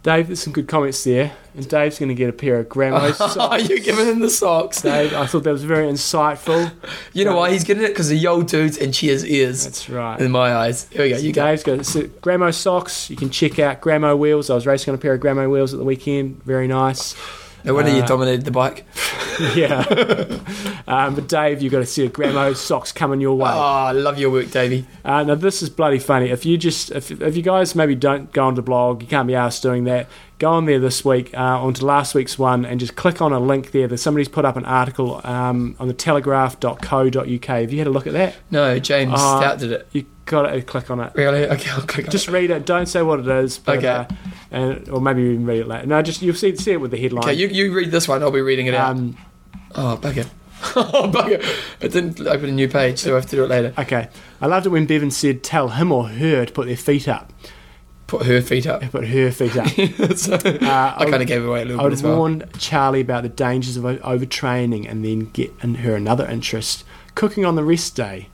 Speaker 2: Dave, there's some good comments there, and Dave's going to get a pair of Grammos.
Speaker 1: Are
Speaker 2: Oh, socks.
Speaker 1: you giving him the socks?
Speaker 2: Dave, I thought that was very insightful.
Speaker 1: You know why he's getting it? Because the yo dudes and cheers ears.
Speaker 2: That's right.
Speaker 1: in my eyes. Here we go. You go.
Speaker 2: Dave's got so Gramo socks. You can check out Gramo wheels. I was racing on a pair of Gramo wheels at the weekend. Very nice.
Speaker 1: No wonder you
Speaker 2: Uh,
Speaker 1: dominated the bike.
Speaker 2: Yeah. um, but Dave, you've got to see a Gramo socks coming your way.
Speaker 1: Oh, I love your work, Davey.
Speaker 2: Uh, now this is bloody funny. If you just if, if you guys maybe don't go on the blog, you can't be asked doing that. Go on there this week uh, onto last week's one and just click on a link there. That somebody's put up an article um, on the Telegraph.co.uk. Have you had a look at that?
Speaker 1: No, James
Speaker 2: Uh,
Speaker 1: Stout did it.
Speaker 2: You got to click on it.
Speaker 1: Really? Okay, I'll click on
Speaker 2: Just read it. Don't say what it is. But,
Speaker 1: Okay.
Speaker 2: Uh, and or maybe even read it later. No, just you'll see see it with the
Speaker 1: it.
Speaker 2: headline.
Speaker 1: Okay, you, you read this one. I'll be reading it out.
Speaker 2: um,
Speaker 1: Oh, bugger. oh, bugger. It didn't open a new page, so I have to do it later.
Speaker 2: okay. I loved it when Bevan said, "Tell him or her to put their feet up."
Speaker 1: Put her feet up.
Speaker 2: Put her feet up.
Speaker 1: so,
Speaker 2: Uh, I
Speaker 1: I kind
Speaker 2: would-
Speaker 1: of gave away a little bit
Speaker 2: I would
Speaker 1: as well.
Speaker 2: warn Charlie about the dangers of o- overtraining and then get in her another interest. Cooking on the rest day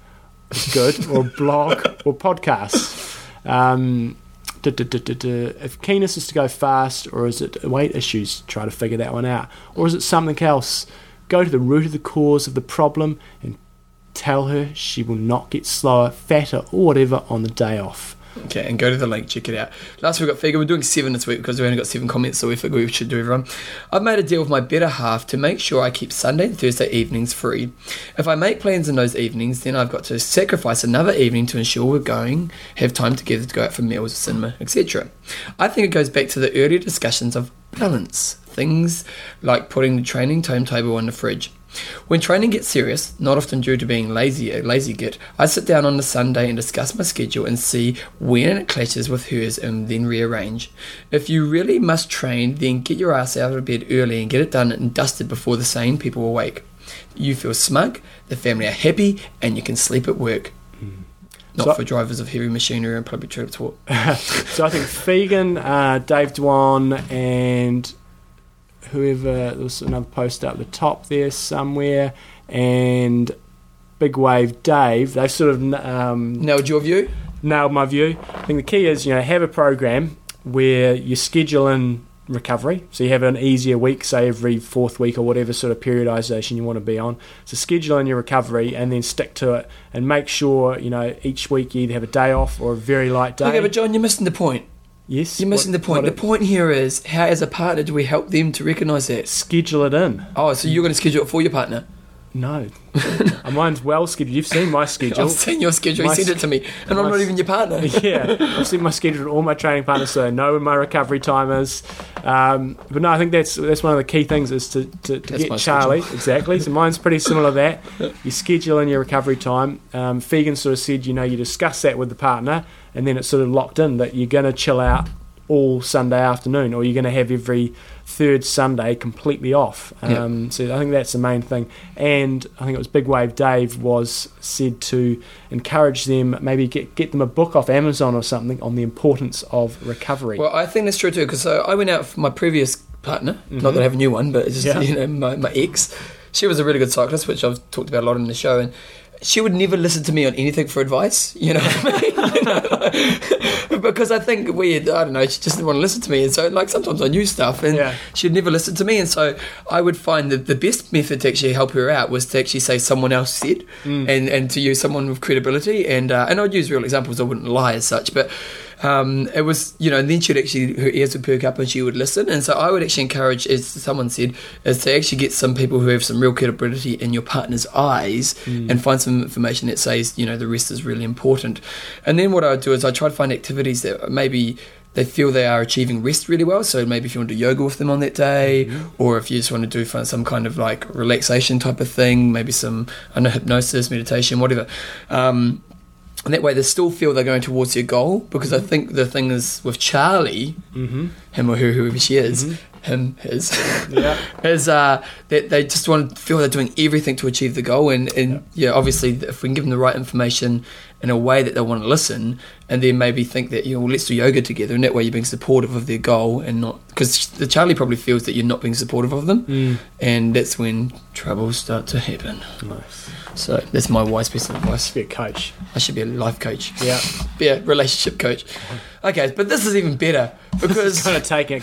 Speaker 2: is good, or blog, or podcast. Um, duh, duh, duh, duh, duh. If keenness is to go fast, or is it weight issues? Try to figure that one out. Or is it something else? Go to the root of the cause of the problem and tell her she will not get slower, fatter, or whatever on the day off.
Speaker 1: Okay, and go to the link, check it out. Last week we got Figure. We're doing seven this week because we only got seven comments, so we figure we should do everyone. I've made a deal with my better half to make sure I keep Sunday and Thursday evenings free. If I make plans in those evenings, then I've got to sacrifice another evening to ensure we're going, have time together to go out for meals, cinema, etc. I think it goes back to the earlier discussions of balance. Things like putting the training timetable in the fridge. When training gets serious, not often due to being lazy, a lazy git, I sit down on a Sunday and discuss my schedule and see when it clashes with hers and then rearrange. If you really must train, then get your ass out of bed early and get it done and dusted before the sane people awake. You feel smug, the family are happy, and you can sleep at work. Not
Speaker 2: Hmm. So-
Speaker 1: for drivers of heavy machinery and public transport.
Speaker 2: So I think Fegan, uh, Dave Dwan, and whoever there was another post up the top there somewhere, and Big Wave Dave. They've sort of um,
Speaker 1: Now, your view?
Speaker 2: nailed my view. I think the key is you know have a program where you schedule in recovery, so you have an easier week, say every fourth week or whatever sort of periodization you want to be on. So schedule in your recovery and then stick to it, and make sure you know each week you either have a day off or a very light day.
Speaker 1: Okay, but John, you're missing the point.
Speaker 2: yes,
Speaker 1: You're missing
Speaker 2: What-
Speaker 1: the point.
Speaker 2: what
Speaker 1: The
Speaker 2: it-
Speaker 1: point here is how, as a partner, do we help them to recognise that?
Speaker 2: schedule it in.
Speaker 1: Oh, so you're going to schedule it for your partner?
Speaker 2: No, Uh, mine's well scheduled. You've seen my schedule.
Speaker 1: I've seen your schedule. You
Speaker 2: my
Speaker 1: sent it to me, and I'm
Speaker 2: my
Speaker 1: not
Speaker 2: s-
Speaker 1: even your partner.
Speaker 2: yeah, I've seen my schedule to all my training partners, so I know when my recovery time is. Um, but no, I think that's that's one of the key things is to, to, to
Speaker 1: That's my
Speaker 2: get Charlie exactly. So mine's pretty similar to that. You schedule in your recovery time. Um, Fegan sort of said, you know, you discuss that with the partner, and then it's sort of locked in that you're going to chill out all Sunday afternoon, or you're going to have every third Sunday completely off.
Speaker 1: Yeah.
Speaker 2: Um, So I think that's the main thing. And I think it was Big Wave Dave was said to encourage them, maybe get get them a book off Amazon or something on the importance of recovery.
Speaker 1: Well, I think that's true too, because so I went out for my previous partner. Not that I have a new one, but it's just
Speaker 2: Mm-hmm. Yeah.
Speaker 1: you know my, my ex. She was a really good cyclist, which I've talked about a lot in the show, and she would never listen to me on anything for advice. You know, what I mean? because I think we, I don't know, she just didn't want to listen to me, and so like sometimes I knew stuff, and
Speaker 2: Yeah.
Speaker 1: she'd never listen to me, and so I would find that the best method to actually help her out was to actually say someone else said,
Speaker 2: Mm.
Speaker 1: and and to use someone with credibility, and uh, and I'd use real examples, I wouldn't lie as such, but um, it was you know and then she'd actually her ears would perk up and she would listen and so I would actually encourage as someone said is to actually get some people who have some real credibility in your partner's eyes and find some information that says you know the rest is really important and then what I would do is I try to find activities that maybe they feel they are achieving rest really well so maybe if you want to do yoga with them on that day or if you just want to do fun- some kind of like relaxation type of thing maybe some I know hypnosis meditation whatever um, and that way they still feel they're going towards their goal because I think the thing is with Charlie, him or her, whoever she is, him, his,
Speaker 2: Mm-hmm. Yeah.
Speaker 1: his, uh, they, they just want to feel they're doing everything to achieve the goal. And, and yeah. obviously, if we can give them the right information in a way that they want to listen, and then maybe think that, you know, well, let's do yoga together. And that way you're being supportive of their goal and not, because the Charlie probably feels that you're not being supportive of them.
Speaker 2: Mm.
Speaker 1: And that's when troubles start to happen.
Speaker 2: Nice.
Speaker 1: So that's my wise piece of advice.
Speaker 2: Be a coach.
Speaker 1: I should be a life coach.
Speaker 2: Yeah.
Speaker 1: Be a relationship coach. Okay, but this is even better because
Speaker 2: kind of taking it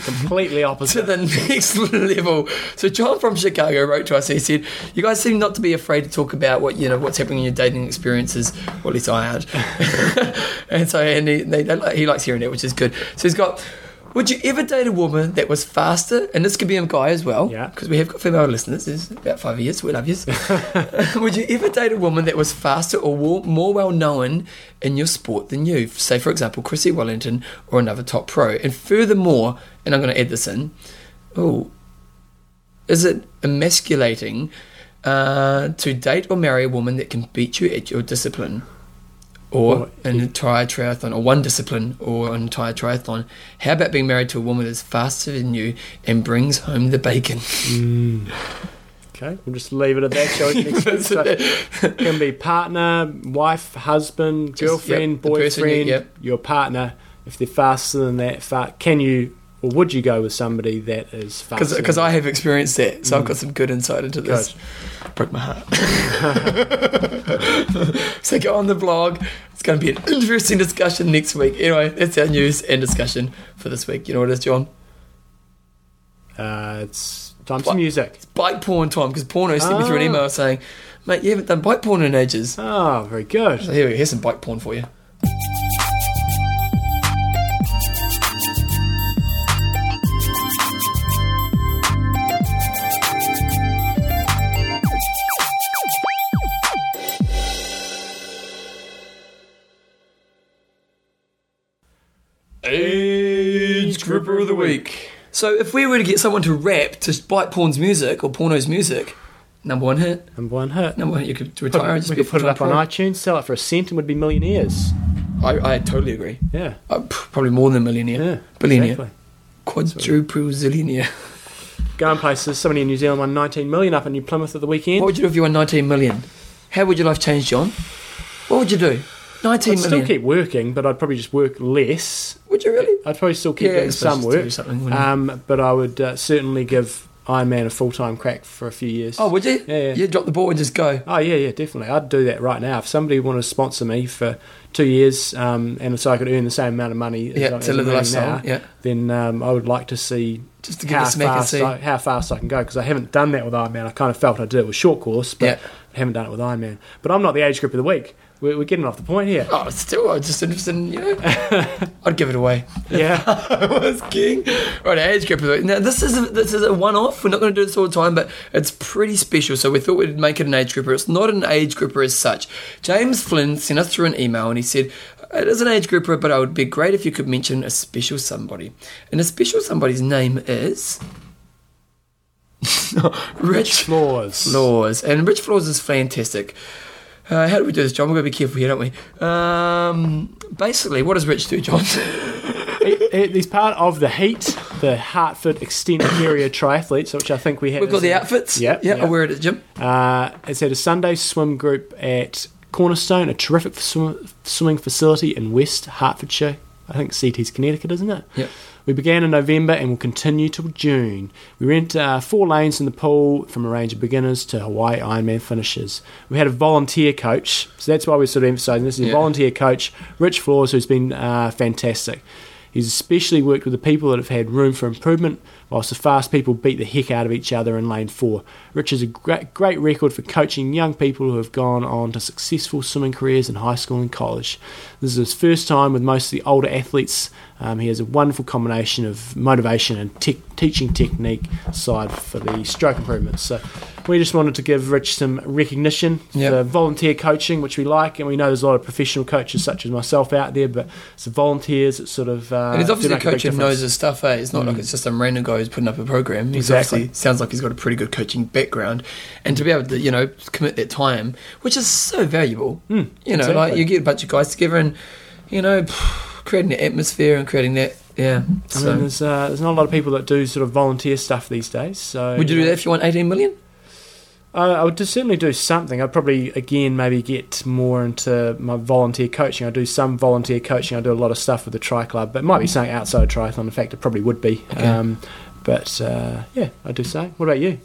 Speaker 2: completely
Speaker 1: to
Speaker 2: opposite.
Speaker 1: the next level. So John from Chicago wrote to us. He said, "You guys seem not to be afraid to talk about what you know what's happening in your dating experiences. Well, at least I had." and so, and he, they, they, like- he likes hearing it, which is good. So he's got. Would you ever date a woman that was faster? And this could be a guy as well,
Speaker 2: Yeah.
Speaker 1: Because we have got female listeners. There's about five years. We love yous. Would you ever date a woman that was faster or wa- more well known in your sport than you? Say, for example, Chrissy Wellington or another top pro. And furthermore, and I'm going to add this in, oh, is it emasculating uh, to date or marry a woman that can beat you at your discipline? Or
Speaker 2: Or-
Speaker 1: an entire triathlon, or one discipline, or an entire triathlon. How about being married to a woman that's faster than you and brings home the bacon?
Speaker 2: Mm. Okay, we'll just leave it at that. Shall we? Next one. So it can be partner, wife, husband,
Speaker 1: Just,
Speaker 2: girlfriend,
Speaker 1: yep, the person you-
Speaker 2: boyfriend,
Speaker 1: yep.
Speaker 2: your partner. If they're faster than that, fa- can you or would you go with somebody that is faster? than
Speaker 1: Because I
Speaker 2: you?
Speaker 1: have experienced that, so I've got some good insight into this. Broke my heart. so go on the blog. It's going to be an interesting discussion next week. Anyway, that's our news and discussion for this week. You know what it is, John?
Speaker 2: Uh, it's time for
Speaker 1: What?
Speaker 2: music.
Speaker 1: Bike porn time, because Porno sent me through an
Speaker 2: Ah.
Speaker 1: email saying, mate, you haven't done bike porn in ages.
Speaker 2: Ah, very good.
Speaker 1: So here we go. Here's some bike porn for you. Age
Speaker 2: Grouper of the Week.
Speaker 1: So if we were to get someone to rap to bike porn's music or porno's music, number one hit,
Speaker 2: Number one hit.
Speaker 1: number one hit, you could
Speaker 2: Put,
Speaker 1: retire and
Speaker 2: we
Speaker 1: just be
Speaker 2: could put it up on
Speaker 1: porn.
Speaker 2: iTunes, sell it for a cent, and we'd be millionaires.
Speaker 1: I, I totally agree.
Speaker 2: Yeah,
Speaker 1: Uh, p- probably more than millionaire.
Speaker 2: yeah,
Speaker 1: Billionaire.
Speaker 2: exactly.
Speaker 1: Quadruple zillionaire.
Speaker 2: Going places. Somebody in New Zealand won 19 million up in New Plymouth at the weekend.
Speaker 1: What would you do if you won 19 million? How would your life change, John? What would you do? Nineteen
Speaker 2: I'd
Speaker 1: million.
Speaker 2: still keep working, but I'd probably just work less.
Speaker 1: Would you really?
Speaker 2: I'd probably still keep
Speaker 1: Yeah, I
Speaker 2: doing
Speaker 1: suppose
Speaker 2: some
Speaker 1: just do
Speaker 2: work,
Speaker 1: something, wouldn't you?
Speaker 2: um, but I would uh, certainly give Iron Man a full time crack for a few years.
Speaker 1: oh, would you?
Speaker 2: yeah, yeah.
Speaker 1: You'd drop the ball and just go.
Speaker 2: Oh yeah, yeah, definitely. I'd do that right now if somebody wanted to sponsor me for two years, um, and so I could earn the same amount of money. as I-
Speaker 1: Yeah,
Speaker 2: as
Speaker 1: to
Speaker 2: I'm
Speaker 1: live the
Speaker 2: earning
Speaker 1: lifestyle.
Speaker 2: now,
Speaker 1: Yeah.
Speaker 2: Then um, I would like to see
Speaker 1: Just to give
Speaker 2: how
Speaker 1: it a smack and
Speaker 2: fast
Speaker 1: see.
Speaker 2: I, how fast I can go because I haven't done that with Ironman. I kind of felt I did it with short course, but
Speaker 1: Yeah.
Speaker 2: I haven't done it with Ironman. But I'm not the age group of the week. We're, we're getting off the point here.
Speaker 1: Oh, still, I'm just interested in, you know. I'd give it away.
Speaker 2: Yeah,
Speaker 1: I was king. Right, our age group. of the- Now this is a, this is a one-off. We're not going to do this all the time, but it's pretty special. So we thought we'd make it an age grouper. It's not an age grouper as such. James Flynn sent us through an email and he said. It is an age grouper, but I would be great if you could mention a special somebody. And a special somebody's name is Rich
Speaker 2: floors.
Speaker 1: Floors. And Rich Floors is fantastic. Uh, how do we do this, John? We've got to be careful here, don't we? Um, basically, what does Rich do, John?
Speaker 2: He- he- He's part of the Heat, the Hartford Extended Area Triathletes, which I think we had.
Speaker 1: We've got
Speaker 2: as
Speaker 1: the
Speaker 2: a-
Speaker 1: outfits.
Speaker 2: Yeah,
Speaker 1: yeah. I
Speaker 2: yeah.
Speaker 1: wear it at the gym.
Speaker 2: Uh, it's at a Sunday swim group at Cornerstone, a terrific swim, swimming facility in West Hertfordshire. I think CT's Connecticut, isn't it?
Speaker 1: Yep.
Speaker 2: We began in November and will continue till June. We rent uh, four lanes in the pool from a range of beginners to Hawaii Ironman finishers. We had a volunteer coach, so that's why we're sort of emphasising this is
Speaker 1: Yeah.
Speaker 2: a volunteer coach, Rich Flores, who's been uh, fantastic. He's especially worked with the people that have had room for improvement, whilst the fast people beat the heck out of each other in lane four. Rich has a great, great record for coaching young people who have gone on to successful swimming careers in high school and college. This is his first time with most of the older athletes. Um, he has a wonderful combination of motivation and tech teaching technique side for the stroke improvements. So we just wanted to give Rich some recognition
Speaker 1: Yep.
Speaker 2: for volunteer coaching, which we like, and we know there's a lot of professional coaches such as myself out there, but it's the volunteers that sort of. Uh,
Speaker 1: And he's
Speaker 2: do
Speaker 1: obviously a
Speaker 2: make big
Speaker 1: coach who
Speaker 2: difference. Mm.
Speaker 1: knows his stuff, eh? It's not like it's just some random guy who's putting up a program. He's
Speaker 2: Exactly.
Speaker 1: obviously sounds like he's got a pretty good coaching background. And to be able to, you know, commit that time, which is so valuable.
Speaker 2: Hmm.
Speaker 1: you know, like
Speaker 2: exactly.
Speaker 1: you get a bunch of guys together and, you know, creating the atmosphere and creating that Yeah.
Speaker 2: I
Speaker 1: so
Speaker 2: mean, there's uh, there's not a lot of people that do sort of volunteer stuff these days. So
Speaker 1: would you do that if you want 18 million? Oh,
Speaker 2: Uh, I would just certainly do something. I'd probably again maybe get more into my volunteer coaching. I do some volunteer coaching. I do a lot of stuff with the tri club, but it might be something outside of triathlon. In fact, it probably would be.
Speaker 1: Okay.
Speaker 2: Um, but uh, yeah, I do say. What about you?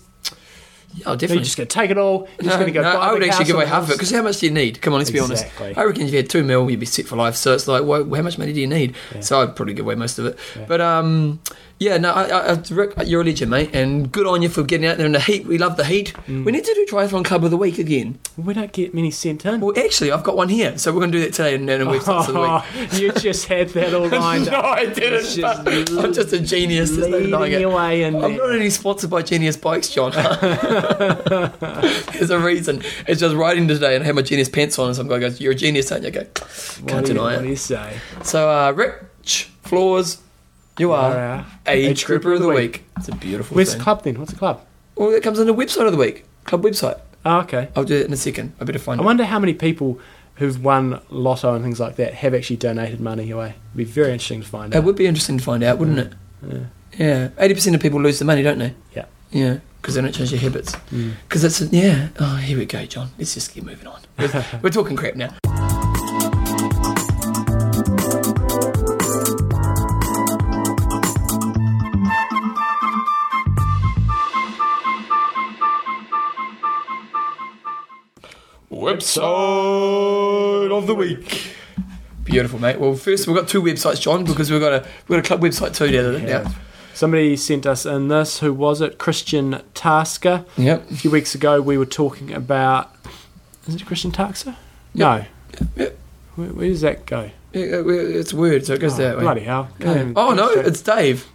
Speaker 1: Oh,
Speaker 2: Are you
Speaker 1: definitely.
Speaker 2: just going to take it all? You're just
Speaker 1: no,
Speaker 2: going to go.
Speaker 1: no,
Speaker 2: buy
Speaker 1: I
Speaker 2: the
Speaker 1: would actually
Speaker 2: house
Speaker 1: give away
Speaker 2: and
Speaker 1: half of it
Speaker 2: the-
Speaker 1: because how much do you need? Come on, let's be honest.
Speaker 2: Exactly.
Speaker 1: I reckon if you had two mil, you'd be set for life. So it's like, wha- how much money do you need?
Speaker 2: Yeah.
Speaker 1: So I'd probably give away most of it.
Speaker 2: Yeah.
Speaker 1: But um, yeah, no, I, I, I- Rick, you're a legend, mate, and good on you for getting out there in the heat. We love the heat.
Speaker 2: Mm.
Speaker 1: We need to do triathlon club of the week again.
Speaker 2: We don't get many sent in.
Speaker 1: Well, actually, I've got one here, so we're going to do that today and then a website of the week.
Speaker 2: you just had that all lined
Speaker 1: no,
Speaker 2: up.
Speaker 1: I didn't.
Speaker 2: It's
Speaker 1: but I'm just a genius. There's no
Speaker 2: leading
Speaker 1: denying it.
Speaker 2: your way in
Speaker 1: I'm
Speaker 2: there.
Speaker 1: not only sponsored by Genius Bikes, John. There's a reason. It's just riding today and I had my Genius pants on, and some guy goes, "You're a genius, aren't you?" I go,
Speaker 2: What
Speaker 1: can't
Speaker 2: do you-
Speaker 1: deny
Speaker 2: What do
Speaker 1: it.
Speaker 2: you say?
Speaker 1: So, uh, Rich Floors, you
Speaker 2: All
Speaker 1: are
Speaker 2: right.
Speaker 1: age grouper of the week. It's a beautiful
Speaker 2: Where's the
Speaker 1: thing.
Speaker 2: club then? What's the club?
Speaker 1: well, that comes under website of the week, club website.
Speaker 2: Oh, okay.
Speaker 1: I'll do it in a second. I better find
Speaker 2: I
Speaker 1: it.
Speaker 2: wonder how many people who've won lotto and things like that have actually donated money away. It'd be very interesting to find
Speaker 1: It
Speaker 2: out.
Speaker 1: would be interesting to find out, wouldn't it?
Speaker 2: Yeah.
Speaker 1: Yeah, eighty percent of people lose the money, don't they?
Speaker 2: Yeah.
Speaker 1: Yeah, because they don't change their habits.
Speaker 2: Mm.
Speaker 1: Because it's a, yeah. Oh, here we go, John. Let's just keep moving on. We're, we're talking crap now. Website of the week. Beautiful, mate. Well, first we've got two websites, John, because we've got a we've got a club website too. Now, yeah.
Speaker 2: Yeah. Somebody sent us in this. Who was it? Christian Tasker.
Speaker 1: Yep.
Speaker 2: A few weeks ago, we were talking about. Is it Christian Tasker? No.
Speaker 1: Yep.
Speaker 2: Where, where does that go?
Speaker 1: Yeah, uh, well, it's weird, so it goes
Speaker 2: oh,
Speaker 1: that way.
Speaker 2: Bloody hell. Can't
Speaker 1: Yeah.
Speaker 2: even-
Speaker 1: Oh no, it's Dave.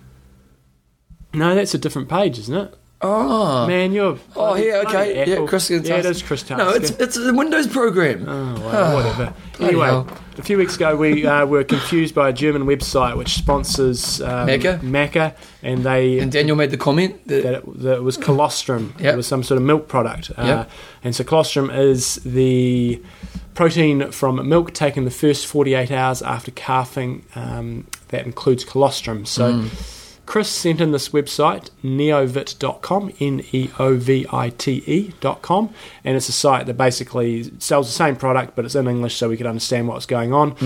Speaker 2: no, that's a different page, isn't it?
Speaker 1: Oh,
Speaker 2: Man, you're.
Speaker 1: Oh, yeah, okay.
Speaker 2: bloody
Speaker 1: Yeah,
Speaker 2: Apple.
Speaker 1: Christian
Speaker 2: Yeah, it
Speaker 1: Tasker.
Speaker 2: is Christian
Speaker 1: no,
Speaker 2: Tasker.
Speaker 1: it's it's the Windows program.
Speaker 2: Oh, well, whatever.
Speaker 1: Bloody
Speaker 2: anyway,
Speaker 1: hell.
Speaker 2: a few weeks ago, we uh, were confused by a German website which sponsors um,
Speaker 1: Macca?
Speaker 2: Macca, and they
Speaker 1: and Daniel made the comment that,
Speaker 2: that it, that it was colostrum.
Speaker 1: Yep.
Speaker 2: It was some sort of milk product. Uh,
Speaker 1: Yep.
Speaker 2: And so colostrum is the protein from milk taken the first 48 hours after calving. Um, that includes colostrum. So
Speaker 1: Mm.
Speaker 2: Chris sent in this website, neovit.com, E N-E-O-V-I-T-E E dot com, and it's a site that basically sells the same product, but it's in English so we could understand what's going on.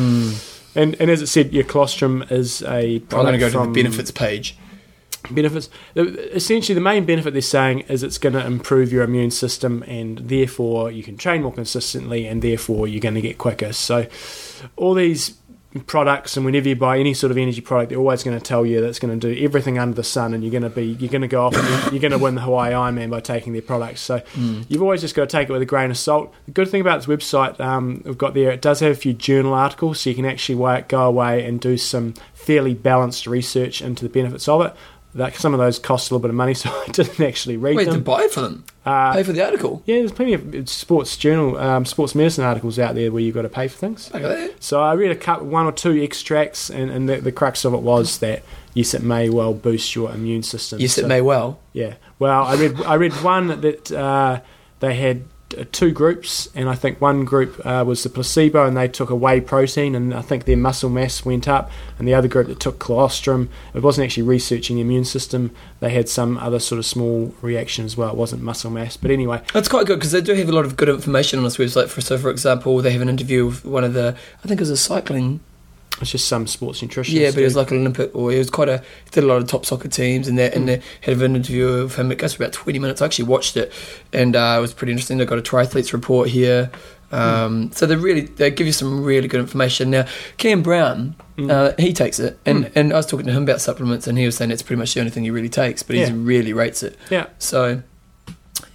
Speaker 2: And, and as it said, your colostrum is
Speaker 1: Mm. I'm
Speaker 2: a product
Speaker 1: going to go to the
Speaker 2: from-
Speaker 1: benefits page.
Speaker 2: benefits. The- Essentially, the main benefit they're saying is it's going to improve your immune system, and therefore you can train more consistently, and therefore you're going to get quicker. So, all these products, and whenever you buy any sort of energy product, they're always going to tell you that's going to do everything under the sun, and you're going to be you're going to go off, and you're- you're going to win the Hawaii Ironman by taking their products. So, you've always just got to take it with a grain of salt. The good thing about this website um, we've got there, it does have a few journal articles, so you can actually wa- go away and do some fairly balanced research into the benefits of it. That some of those cost a little bit of money, so I didn't actually read
Speaker 1: Wait, to
Speaker 2: them.
Speaker 1: buy it for them,
Speaker 2: Uh,
Speaker 1: pay for the article.
Speaker 2: yeah, there's plenty of sports journal, um, sports medicine articles out there where you've got to pay for things.
Speaker 1: Look at that.
Speaker 2: So I read a couple, one or two extracts, and, and the, the crux of it was that yes, it may well boost your immune system.
Speaker 1: Yes,
Speaker 2: So-
Speaker 1: it may well.
Speaker 2: Yeah. Well, I read I read one that uh, they had uh, two groups, and I think one group uh, was the placebo, and they took a whey protein, and I think their muscle mass went up, and the other group that took colostrum, it wasn't actually researching the immune system. They had some other sort of small reaction as well. It wasn't muscle mass, but anyway.
Speaker 1: That's quite good because they do have a lot of good information on this website. For so, for example, they have an interview with one of the I think it was a cycling.
Speaker 2: It's just some sports nutritionist.
Speaker 1: Yeah, but he was
Speaker 2: dude.
Speaker 1: like an Olympic, or he was quite a he did a lot of top soccer teams, and that
Speaker 2: Hmm.
Speaker 1: and they had an interview of him. It goes for about twenty minutes. I actually watched it, and uh, it was pretty interesting. They got a triathletes report here,
Speaker 2: Hmm.
Speaker 1: um, so they really they give you some really good information. Now, Cam Brown,
Speaker 2: Mm.
Speaker 1: uh, he takes it, and
Speaker 2: Hmm.
Speaker 1: and I was talking to him about supplements, and he was saying it's pretty much the only thing he really takes, but
Speaker 2: Yeah.
Speaker 1: he really rates it.
Speaker 2: Yeah.
Speaker 1: So,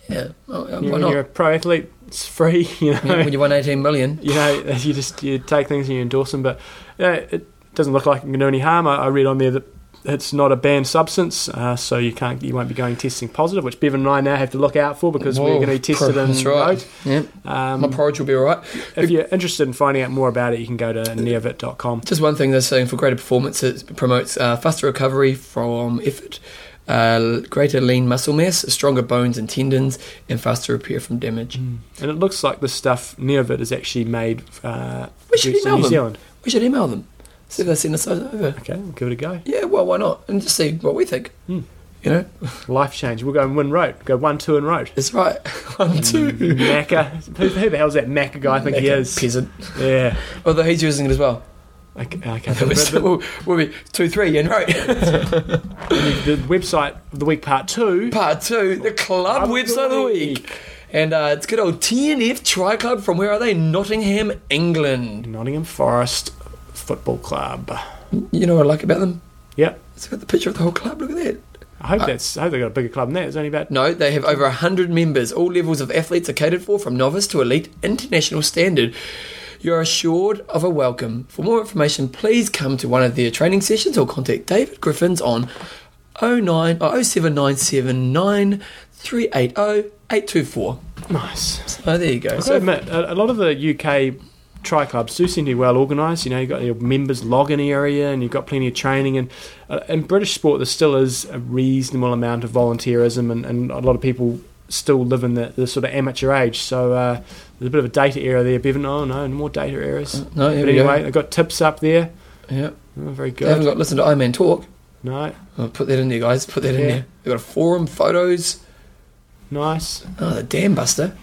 Speaker 1: yeah, oh,
Speaker 2: You-
Speaker 1: why
Speaker 2: when
Speaker 1: not?
Speaker 2: you're a pro athlete, it's free. You know,
Speaker 1: Yeah, when you won eighteen million,
Speaker 2: you know, you just you take things and you endorse them, but uh, it doesn't look like it can do any harm. I, I read on there that it's not a banned substance, uh, so you can't you won't be going testing positive, which Bevan and I now have to look out for because
Speaker 1: Whoa,
Speaker 2: we're going to be tested
Speaker 1: pro-
Speaker 2: in
Speaker 1: that's right.
Speaker 2: road.
Speaker 1: yeah, my
Speaker 2: Um,
Speaker 1: porridge will be all right.
Speaker 2: if you're interested in finding out more about it, you can go to
Speaker 1: Uh,
Speaker 2: neovit.com.
Speaker 1: Just one thing they're saying for greater performance, it promotes uh, faster recovery from effort, uh, greater lean muscle mass, stronger bones and tendons, and faster repair from damage.
Speaker 2: And it looks like this stuff, Neovit, is actually made uh,
Speaker 1: We should
Speaker 2: produced in
Speaker 1: email
Speaker 2: New
Speaker 1: them.
Speaker 2: Zealand.
Speaker 1: We should email them. See if they send us over.
Speaker 2: Okay, we'll give it a go.
Speaker 1: Yeah, well, why not? And just see what we think.
Speaker 2: Hmm.
Speaker 1: You know,
Speaker 2: Life change. We'll go and win road. Go one, two, and road.
Speaker 1: it's right. One, two.
Speaker 2: Macca. Who, who the hell's that Macca guy? Hmm. I think he
Speaker 1: Like a
Speaker 2: is.
Speaker 1: Peasant.
Speaker 2: Yeah.
Speaker 1: Although he's using it as well.
Speaker 2: I, ca- I can't
Speaker 1: So
Speaker 2: think of it,
Speaker 1: we'll, we'll be two, three, and right.
Speaker 2: but the, the website of the week part two.
Speaker 1: Part two, the club
Speaker 2: Club
Speaker 1: website of the week. And uh, it's good old TNF Tri Club from where are they? Nottingham, England.
Speaker 2: Nottingham Forest Football Club.
Speaker 1: You know what I like about them?
Speaker 2: Yep.
Speaker 1: It's got the picture of the whole club. Look at that.
Speaker 2: I hope
Speaker 1: Uh,
Speaker 2: that's. I hope they got a bigger club than that. It's only about.
Speaker 1: No, they have over 100 members. All levels of athletes are catered for, from novice to elite international standard. You're assured of a welcome. For more information, please come to one of their training sessions or contact David Griffins on 09 or 07979 380 824.
Speaker 2: Nice.
Speaker 1: So there you go.
Speaker 2: I've got to
Speaker 1: So
Speaker 2: admit, a, a lot of the UK tri clubs do seem to be well organised. You know, you've got your members login area and you've got plenty of training. And uh, in British sport, there still is a reasonable amount of volunteerism, and, and a lot of people still live in the, the sort of amateur age. So uh, there's a bit of a data error there, Bevan. Oh, no, no more data errors.
Speaker 1: no, there
Speaker 2: But
Speaker 1: we go.
Speaker 2: anyway, I've got tips up there.
Speaker 1: Yeah.
Speaker 2: Oh, very
Speaker 1: They haven't
Speaker 2: good.
Speaker 1: got listened to Iron Man talk.
Speaker 2: No,
Speaker 1: I'll put that in there, guys. Put that in
Speaker 2: Yeah.
Speaker 1: there. They've got a forum, photos.
Speaker 2: nice.
Speaker 1: Oh, the damn buster.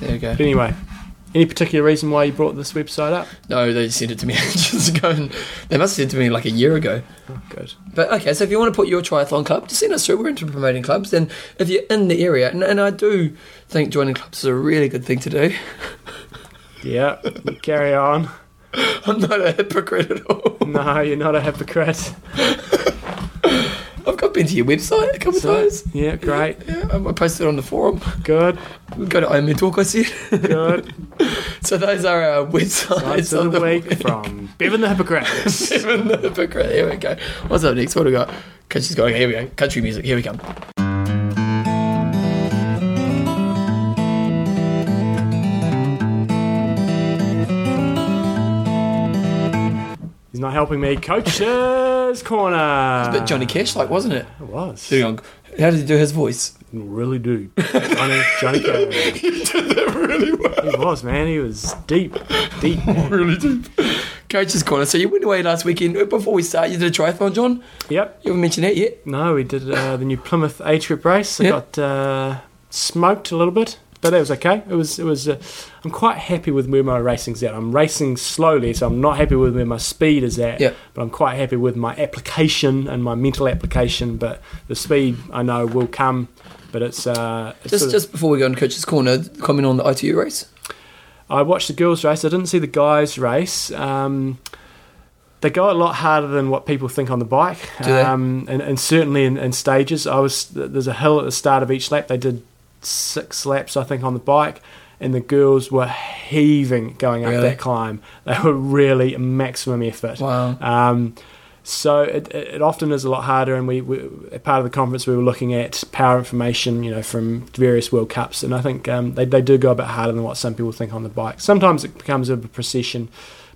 Speaker 1: There you go.
Speaker 2: But anyway, any particular reason why you brought this website up?
Speaker 1: No, they sent it to me ages ago. And they must have sent it to me like a year ago.
Speaker 2: Oh, good.
Speaker 1: But okay, so if you want to put your triathlon club, just send us through. We're into promoting clubs. And if you're in the area, and, and I do think joining clubs is a really good thing to do.
Speaker 2: Yeah, carry on.
Speaker 1: I'm not a hypocrite at all.
Speaker 2: No, you're not a hypocrite.
Speaker 1: I've got been to your website a couple of
Speaker 2: So-
Speaker 1: times.
Speaker 2: Yeah, great.
Speaker 1: Yeah, um, I posted it on the forum.
Speaker 2: Good,
Speaker 1: Go to Ironman Talk, I said.
Speaker 2: good.
Speaker 1: So those are our websites
Speaker 2: Science
Speaker 1: on
Speaker 2: of the week
Speaker 1: week.
Speaker 2: from Bevan the Hippocrat.
Speaker 1: Seven the hypocrite. Here we go. What's up next? What do we got? Country's going. Here we go. Country music. Here we come.
Speaker 2: He's not helping me. Coach's Corner.
Speaker 1: Bit Johnny Cash like, wasn't it?
Speaker 2: It was.
Speaker 1: How did he do his voice?
Speaker 2: Really do. Johnny, Johnny Cash.
Speaker 1: he did that really well.
Speaker 2: He was, man. He was deep, deep. man.
Speaker 1: Really deep. Coach's corner. So you went away last weekend. Before we start, you did a triathlon, John.
Speaker 2: Yep.
Speaker 1: You haven't mentioned that yet.
Speaker 2: No, we did uh, the new Plymouth A Trip race. I
Speaker 1: Yep.
Speaker 2: got uh, smoked a little bit. But that was okay. It was. It was. Uh, I'm quite happy with where my racing's at. I'm racing slowly, so I'm not happy with where my speed is at.
Speaker 1: Yep.
Speaker 2: but I'm quite happy with my application and my mental application. But the speed I know will come, but it's, uh, it's
Speaker 1: Just
Speaker 2: sort of-
Speaker 1: just before we go into Coach's corner, comment on the ITU race.
Speaker 2: I watched the girls' race. I didn't see the guys' race. Um, they go a lot harder than what people think on the bike,
Speaker 1: Do they?
Speaker 2: Um, and, and certainly in, in stages. I was there's a hill at the start of each lap. They did six laps, I think, on the bike, and the girls were heaving going up
Speaker 1: Really?
Speaker 2: that climb. They were really maximum effort.
Speaker 1: Wow.
Speaker 2: Um, so it, it it often is a lot harder, and we, we at part of the conference we were looking at power information, you know, from various World Cups, and I think um, they they do go a bit harder than what some people think on the bike. Sometimes it becomes a bit of a procession,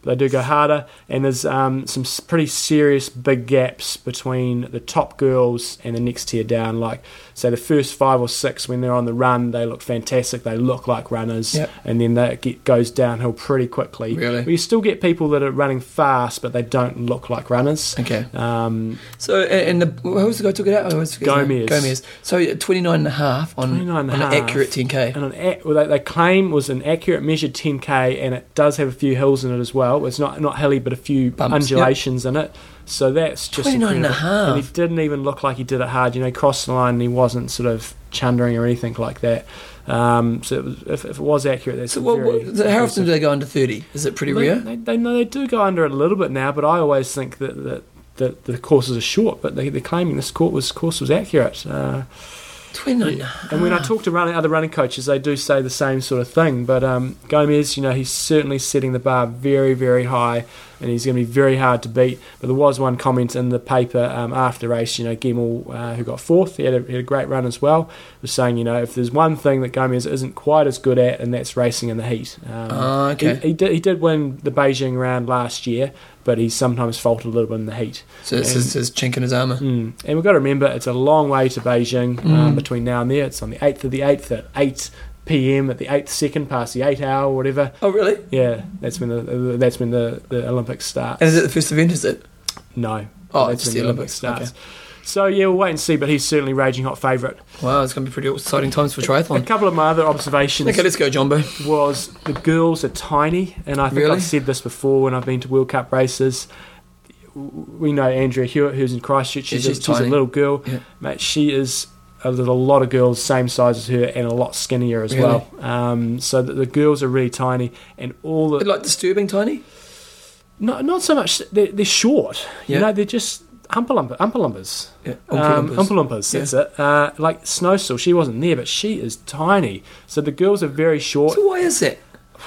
Speaker 2: but they do go harder, and there's um, some s- pretty serious big gaps between the top girls and the next tier down. Like say the first five or six when they're on the run, they look fantastic, they look like runners,
Speaker 1: Yep.
Speaker 2: and then that get, goes downhill pretty quickly.
Speaker 1: Really?
Speaker 2: But you still get people that are running fast, but they don't look like runners.
Speaker 1: Okay.
Speaker 2: Um,
Speaker 1: So and and the who's the guy who took it out? I always forget his name.
Speaker 2: Gomez.
Speaker 1: Gomez. So 29 and a half on,
Speaker 2: 29 and a
Speaker 1: on
Speaker 2: half.
Speaker 1: an accurate 10k.
Speaker 2: and an ac- well, they, they claim was an accurate measured 10k, and it does have a few hills in it as well. It's not not hilly, but a few
Speaker 1: Bumps, yep.
Speaker 2: undulations in it. So that's just
Speaker 1: 29 and a
Speaker 2: incredible.
Speaker 1: half.
Speaker 2: And he didn't even look like he did it hard. You know, he crossed the line, and he wasn't sort of chundering or anything like that. Um, so it was, if, if it was accurate, that's
Speaker 1: So what,
Speaker 2: very
Speaker 1: what, so how
Speaker 2: impressive.
Speaker 1: often do they go under 30? Is it pretty
Speaker 2: they,
Speaker 1: rare?
Speaker 2: They, they, no, they do go under it a little bit now, but I always think that that, that the courses are short. But they, they're claiming this court was course was accurate. Uh,
Speaker 1: 29
Speaker 2: Yeah. and
Speaker 1: Ah.
Speaker 2: when I talk to running, other running coaches, they do say the same sort of thing. But um, Gomez, you know, he's certainly setting the bar very, very high, and he's going to be very hard to beat. But there was one comment in the paper um, after race, you know, Gemmell, uh, who got fourth, he had, a, he had a great run as well, was saying, you know, if there's one thing that Gomez isn't quite as good at, and that's racing in the heat. Um,
Speaker 1: Ah, okay.
Speaker 2: he, he, did, he did win the Beijing round last year, but he sometimes faltered a little bit in the heat.
Speaker 1: So it's his, his chink in his armour.
Speaker 2: Mm. And we've got to remember it's a long way to Beijing
Speaker 1: Mm.
Speaker 2: um, between now and there. It's on the 8th of the 8th at 8 p.m. at the eighth second past the eight hour, whatever.
Speaker 1: Oh, really?
Speaker 2: Yeah, that's when the that's when the, the Olympics start.
Speaker 1: And is it the first event? Is it?
Speaker 2: No,
Speaker 1: Oh,
Speaker 2: that's
Speaker 1: it's
Speaker 2: when
Speaker 1: the
Speaker 2: the Olympics,
Speaker 1: Olympics,
Speaker 2: starts. So yeah, we'll wait and see. But he's certainly raging hot favourite.
Speaker 1: Wow, it's going to be pretty exciting times for
Speaker 2: A
Speaker 1: triathlon.
Speaker 2: couple of my other observations
Speaker 1: Okay, let's go, Jumbo.
Speaker 2: was the girls are tiny, and I think
Speaker 1: Really?
Speaker 2: I've said this before when I've been to World Cup races. We know Andrea Hewitt, who's in Christchurch.
Speaker 1: Yeah,
Speaker 2: She's,
Speaker 1: she's
Speaker 2: a, she's a
Speaker 1: tiny.
Speaker 2: little girl,
Speaker 1: Yeah.
Speaker 2: mate. She is. A little- a lot of girls same size as her and a lot skinnier as
Speaker 1: Really?
Speaker 2: well. Um, so the, the girls are really tiny and all the
Speaker 1: Like disturbing, tiny.
Speaker 2: Not not so much. They're, they're short.
Speaker 1: Yeah.
Speaker 2: You know, they're just umpalumpa, umpalumpers.
Speaker 1: Yeah,
Speaker 2: Um,
Speaker 1: Oompa Loompas.
Speaker 2: umpalumpers. That's it. Uh, like Snowstorm, she wasn't there, but she is tiny. So the girls are very short.
Speaker 1: So why is that?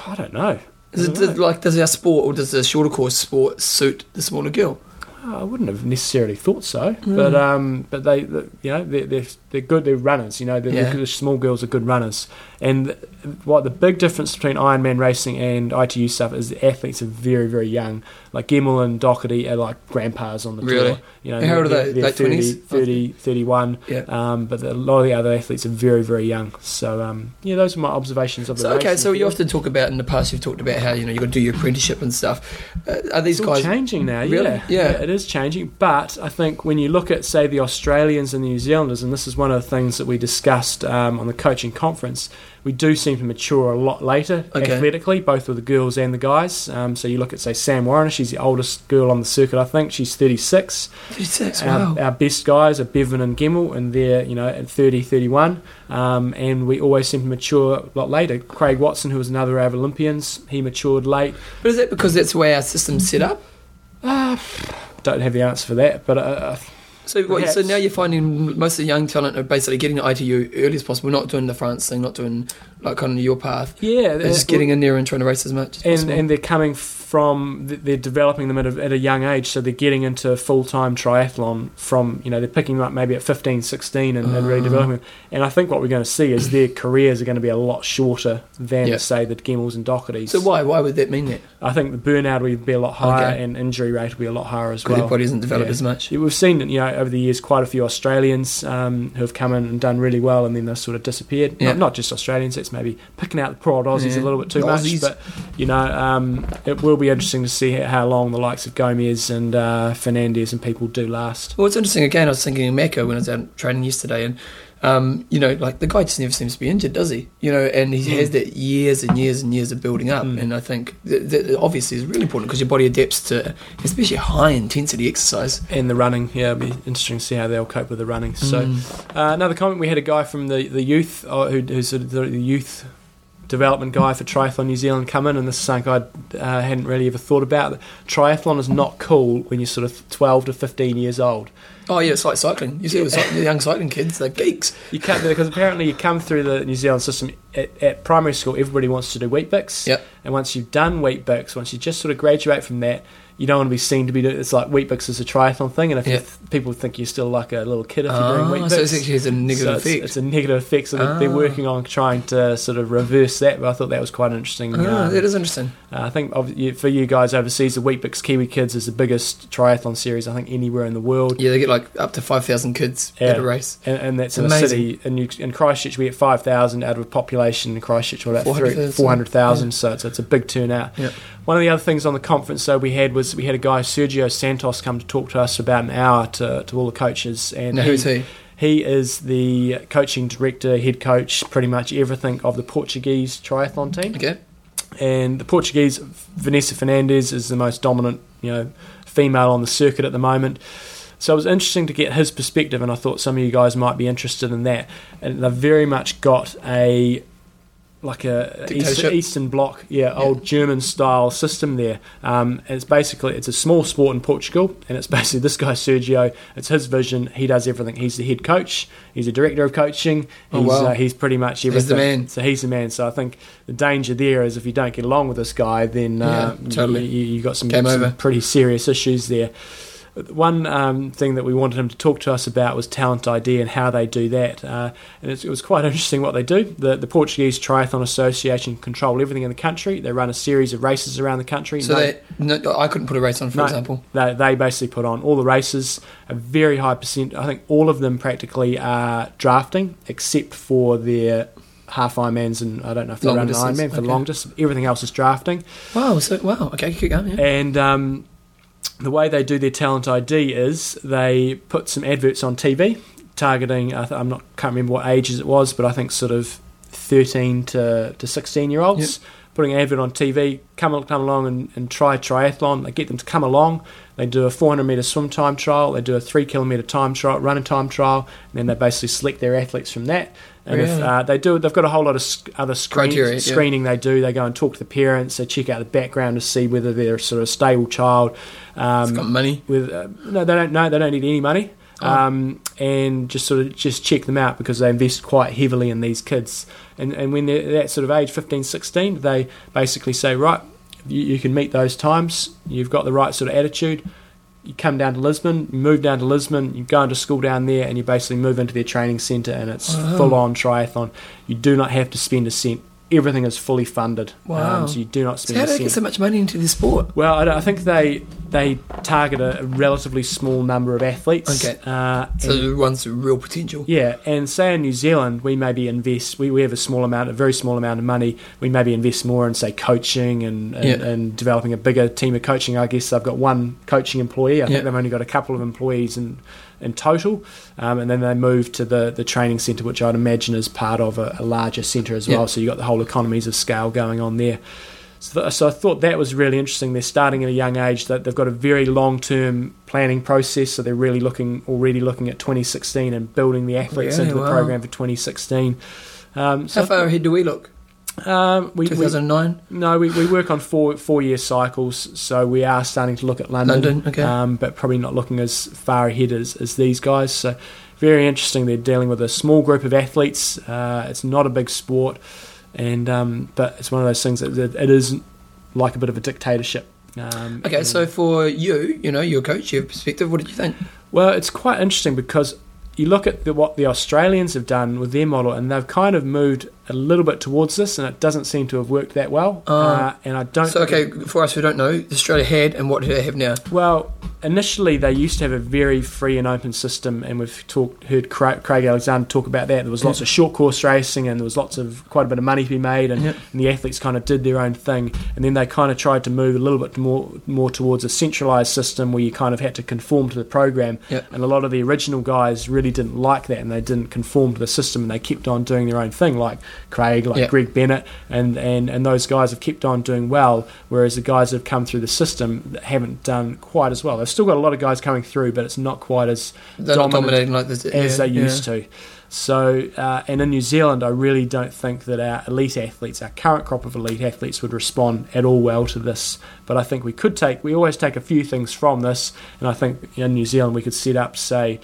Speaker 2: I don't know. I,
Speaker 1: Is it
Speaker 2: don't know.
Speaker 1: does- like does our sport or does the shorter course sport suit the smaller girl?
Speaker 2: Oh, I wouldn't have necessarily thought so,
Speaker 1: Mm.
Speaker 2: but um, but they, the- you know, they're, they're they're good. They're runners. You know, the
Speaker 1: Yeah.
Speaker 2: the small girls are good runners. And th- what the big difference between Ironman racing and ITU stuff is the athletes are very very young. Like Gemmell and Doherty are like grandpas on the
Speaker 1: Really?
Speaker 2: tour. You know,
Speaker 1: How old are
Speaker 2: they're-
Speaker 1: they?
Speaker 2: they're
Speaker 1: Late
Speaker 2: 30,
Speaker 1: 20s?
Speaker 2: 30, 31.
Speaker 1: Yeah.
Speaker 2: Um, but the, a lot of the other athletes are very very young. So um, yeah, those are my observations of the
Speaker 1: So okay,
Speaker 2: racing
Speaker 1: so you
Speaker 2: field.
Speaker 1: often talk about in the past. You've talked about how you know you got to do your apprenticeship and stuff. Uh, are these
Speaker 2: it's all
Speaker 1: guys?
Speaker 2: changing now.
Speaker 1: Really?
Speaker 2: Yeah.
Speaker 1: Yeah.
Speaker 2: it is changing. But I think when you look at, say, the Australians and the New Zealanders, and this is one of the things that we discussed um, on the coaching conference, we do seem to mature a lot later
Speaker 1: Okay.
Speaker 2: athletically, both with the girls and the guys. Um, so you look at, say, Sam Warren, she's the oldest girl on the circuit, I think. She's 36
Speaker 1: 36, wow.
Speaker 2: our, our best guys are Bevan and Gemmell, and they're you know at 30, 31, um, and we always seem to mature a lot later. Craig Watson, who was another of our Olympians, he matured late.
Speaker 1: but is that because that's the way our system's set up?
Speaker 2: Ah, don't have the answer for that, but uh,
Speaker 1: So, what, so
Speaker 2: Perhaps.
Speaker 1: now you're finding most of the young talent are basically getting to ITU early as possible, not doing the France thing, not doing like kind of your path.
Speaker 2: yeah,
Speaker 1: They're just getting in there and trying to race as much as
Speaker 2: and,
Speaker 1: possible.
Speaker 2: and they're coming from they're developing them at a, at a young age so they're getting into full-time triathlon from you know they're picking them up maybe at 15 16 and, and really
Speaker 1: Ah.
Speaker 2: developing them and i think what we're going to see is their careers are going to be a lot shorter than
Speaker 1: Yeah.
Speaker 2: say the Gemmells and Dohertys.
Speaker 1: so why why would that mean that?
Speaker 2: I think the burnout will be a lot higher
Speaker 1: Okay.
Speaker 2: and injury rate will be a lot higher as
Speaker 1: Because
Speaker 2: well.
Speaker 1: their body isn't developed
Speaker 2: Yeah.
Speaker 1: as much.
Speaker 2: We've seen, you know, over the years, quite a few Australians um, who have come in and done really well, and then they've sort of disappeared.
Speaker 1: Yeah.
Speaker 2: Not, not just Australians; it's maybe picking out the poor old Aussies
Speaker 1: Yeah.
Speaker 2: a little bit too
Speaker 1: The
Speaker 2: much.
Speaker 1: Aussies.
Speaker 2: But you know, um, it will be interesting to see how long the likes of Gomez and uh, Fernandez and people do last.
Speaker 1: Well, it's interesting. Again, I was thinking in Mecca when I was out training yesterday, and um, you know, like the guy just never seems to be injured, does he? You know, and he
Speaker 2: Mm.
Speaker 1: has that years and years and years of building up.
Speaker 2: Mm.
Speaker 1: And I think that, that obviously is really important because your body adapts to, especially high intensity exercise.
Speaker 2: And the running, yeah, it'll be interesting to see how they'll cope with the running. So.
Speaker 1: Mm.
Speaker 2: Uh, another comment we had a guy from the, the youth, uh, who, who's sort of the, the youth development guy for Triathlon New Zealand, come in, and this is something I uh, hadn't really ever thought about. Triathlon is not cool when you're sort of 12 to 15 years old.
Speaker 1: oh yeah, it's like cycling. You see, with cy- the young cycling kids, they're geeks.
Speaker 2: You can't because apparently you come through the New Zealand system at, at primary school. Everybody wants to do wheat bix,
Speaker 1: Yep.
Speaker 2: and once you've done wheat bix, once you just sort of graduate from that, you don't want to be seen to be. doing It's like wheat bix is a triathlon thing, and if
Speaker 1: Yep.
Speaker 2: you, people think you're still like a little kid if you're doing wheat
Speaker 1: Ah,
Speaker 2: bix,
Speaker 1: so it actually has a negative
Speaker 2: So it's,
Speaker 1: effect.
Speaker 2: it's a negative effect. So they're, they're
Speaker 1: Ah.
Speaker 2: working on trying to sort of reverse that. But I thought that was quite interesting.
Speaker 1: Ah,
Speaker 2: um,
Speaker 1: that is interesting.
Speaker 2: uh, I think of, you- for you guys overseas, the Wheatbix Kiwi Kids is the biggest triathlon series I think anywhere in the world.
Speaker 1: Yeah, they get like up to five thousand kids at
Speaker 2: Yeah.
Speaker 1: a race.
Speaker 2: And, and that's
Speaker 1: It's
Speaker 2: in a
Speaker 1: amazing.
Speaker 2: city. In, New- in Christchurch, we get 5,000 out of a population in Christchurch, what about three-
Speaker 1: 400,000.
Speaker 2: 400,000. So it's, it's a big turnout.
Speaker 1: Yeah.
Speaker 2: One of the other things on the conference though we had was we had a guy, Sergio Santos, come to talk to us for about an hour to, to all the coaches. And
Speaker 1: Now, who's he?
Speaker 2: He is the coaching director, head coach, pretty much everything of the Portuguese triathlon team.
Speaker 1: Okay.
Speaker 2: And the Portuguese, Vanessa Fernandes, is the most dominant, you know, female on the circuit at the moment. So it was interesting to get his perspective, and I thought some of you guys might be interested in that. And they've very much got a like a East,
Speaker 1: Dictatorship.
Speaker 2: Eastern Bloc, yeah, old German style system there. Um, and it's basically it's a small sport in Portugal, and it's basically this guy Sergio. It's his vision. He does everything. He's the head coach. He's the director of coaching. He's,
Speaker 1: Oh, wow.
Speaker 2: uh, he's pretty much everything.
Speaker 1: He's the man.
Speaker 2: So he's the man. So I think the danger there is if you don't get along with this guy, then uh,
Speaker 1: Yeah, totally.
Speaker 2: you, you, you got some,
Speaker 1: Game
Speaker 2: some
Speaker 1: over.
Speaker 2: pretty serious issues there. One um, thing that we wanted him to talk to us about was talent ID and how they do that. Uh, and it's, it was quite interesting what they do. The, the Portuguese Triathlon Association control everything in the country. They run a series of races around the country.
Speaker 1: So
Speaker 2: No-
Speaker 1: they, no, I couldn't put a race on, for
Speaker 2: No.
Speaker 1: example.
Speaker 2: they, they basically put on all the races, a very high percent. I think all of them practically are drafting, except for their half Ironmans, and I don't know if they
Speaker 1: Longer
Speaker 2: run an
Speaker 1: distance,
Speaker 2: Ironman for
Speaker 1: okay.
Speaker 2: long distance. Everything else is drafting,
Speaker 1: Wow. So wow. Okay. Keep going. Yeah.
Speaker 2: and um, the way they do their talent ID is they put some adverts on TV targeting. I th- I'm not can't remember what ages it was, but I think sort of 13 to to 16 year olds. Putting an advert on TV, come come along and, and try triathlon. They get them to come along. They do a 400 meter swim time trial. They do a three kilometer time trial, running time trial, and then they basically select their athletes from that. And if
Speaker 1: Really?
Speaker 2: uh, they do, they've got a whole lot of sc- other screen,
Speaker 1: Criteria, yeah.
Speaker 2: screening they do. They go and talk to the parents. They check out the background to see whether they're sort of a stable child.
Speaker 1: It's
Speaker 2: Um,
Speaker 1: got money.
Speaker 2: with uh, no, they don't know. They don't need any money.
Speaker 1: Oh.
Speaker 2: Um, and just sort of just check them out because they invest quite heavily in these kids. And and when they're that sort of age, 15, 16, they basically say, right, you, you can meet those times. You've got the right sort of attitude. You come down to Lisbon, you move down to Lisbon, you go into school down there, and you basically move into their training centre, and it's
Speaker 1: Wow.
Speaker 2: full on triathlon. You do not have to spend a cent. Everything is fully funded. Um,
Speaker 1: Wow.
Speaker 2: so you do not
Speaker 1: So
Speaker 2: spend
Speaker 1: how
Speaker 2: a
Speaker 1: do they
Speaker 2: cent.
Speaker 1: get so much money into this sport?
Speaker 2: Well, I, don't- I think they they target a relatively small number of athletes.
Speaker 1: Okay.
Speaker 2: Uh,
Speaker 1: So
Speaker 2: and-
Speaker 1: it runs through real potential.
Speaker 2: yeah, and say in New Zealand, we maybe invest, we, we have a small amount, a very small amount of money. We maybe invest more in, say, coaching and, and,
Speaker 1: Yeah.
Speaker 2: and developing a bigger team of coaching. I guess I've got one coaching employee. I
Speaker 1: Yeah.
Speaker 2: think they've only got a couple of employees in, in total. Um, and then they move to the, the training centre, which I'd imagine is part of a, a larger centre as well.
Speaker 1: Yeah.
Speaker 2: So you've got the whole economies of scale going on there. So, th- so I thought that was really interesting. They're starting at a young age. That they've got a very long-term planning process. So they're really looking, already looking at 2016 and building the athletes
Speaker 1: Really?
Speaker 2: into the
Speaker 1: Wow.
Speaker 2: program for 2016. Um, so
Speaker 1: How far ahead do we look?
Speaker 2: um, we, we
Speaker 1: 2009.
Speaker 2: no, we, we work on four four-year cycles. So we are starting to look at London,
Speaker 1: London, okay.
Speaker 2: um, but probably not looking as far ahead as, as these guys. So very interesting. They're dealing with a small group of athletes. Uh, it's not a big sport, and um, but it's one of those things that that it is like a bit of a dictatorship. Um,
Speaker 1: Okay.
Speaker 2: and-
Speaker 1: So for you, you know, your coach, your perspective. What did you think?
Speaker 2: well, it's quite interesting because you look at the, what the Australians have done with their model, and they've kind of moved a little bit towards this, and it doesn't seem to have worked that well.
Speaker 1: Oh.
Speaker 2: uh, and I don't.
Speaker 1: So okay, for us who don't know, Australia had and what do they have now?
Speaker 2: Well, initially they used to have a very free and open system, and we've talked heard Cra- Craig Alexander talk about that. There was lots of short course racing, and there was lots of quite a bit of money to be made, and,
Speaker 1: Yep.
Speaker 2: and the athletes kind of did their own thing. And then they kind of tried to move a little bit more more towards a centralized system where you kind of had to conform to the program.
Speaker 1: Yep.
Speaker 2: And a lot of the original guys really didn't like that, and they didn't conform to the system, and they kept on doing their own thing, like Craig, like
Speaker 1: Yep.
Speaker 2: Greg Bennett, and, and and those guys have kept on doing well. Whereas the guys that have come through the system that haven't done quite as well. They've still got a lot of guys coming through, but it's not quite as
Speaker 1: They're
Speaker 2: Dominant
Speaker 1: not dominating like this
Speaker 2: as they used to. So, uh, and in New Zealand, I really don't think that our elite athletes, our current crop of elite athletes, would respond at all well to this. But I think we could take, we always take a few things from this, and I think in New Zealand we could set up, say,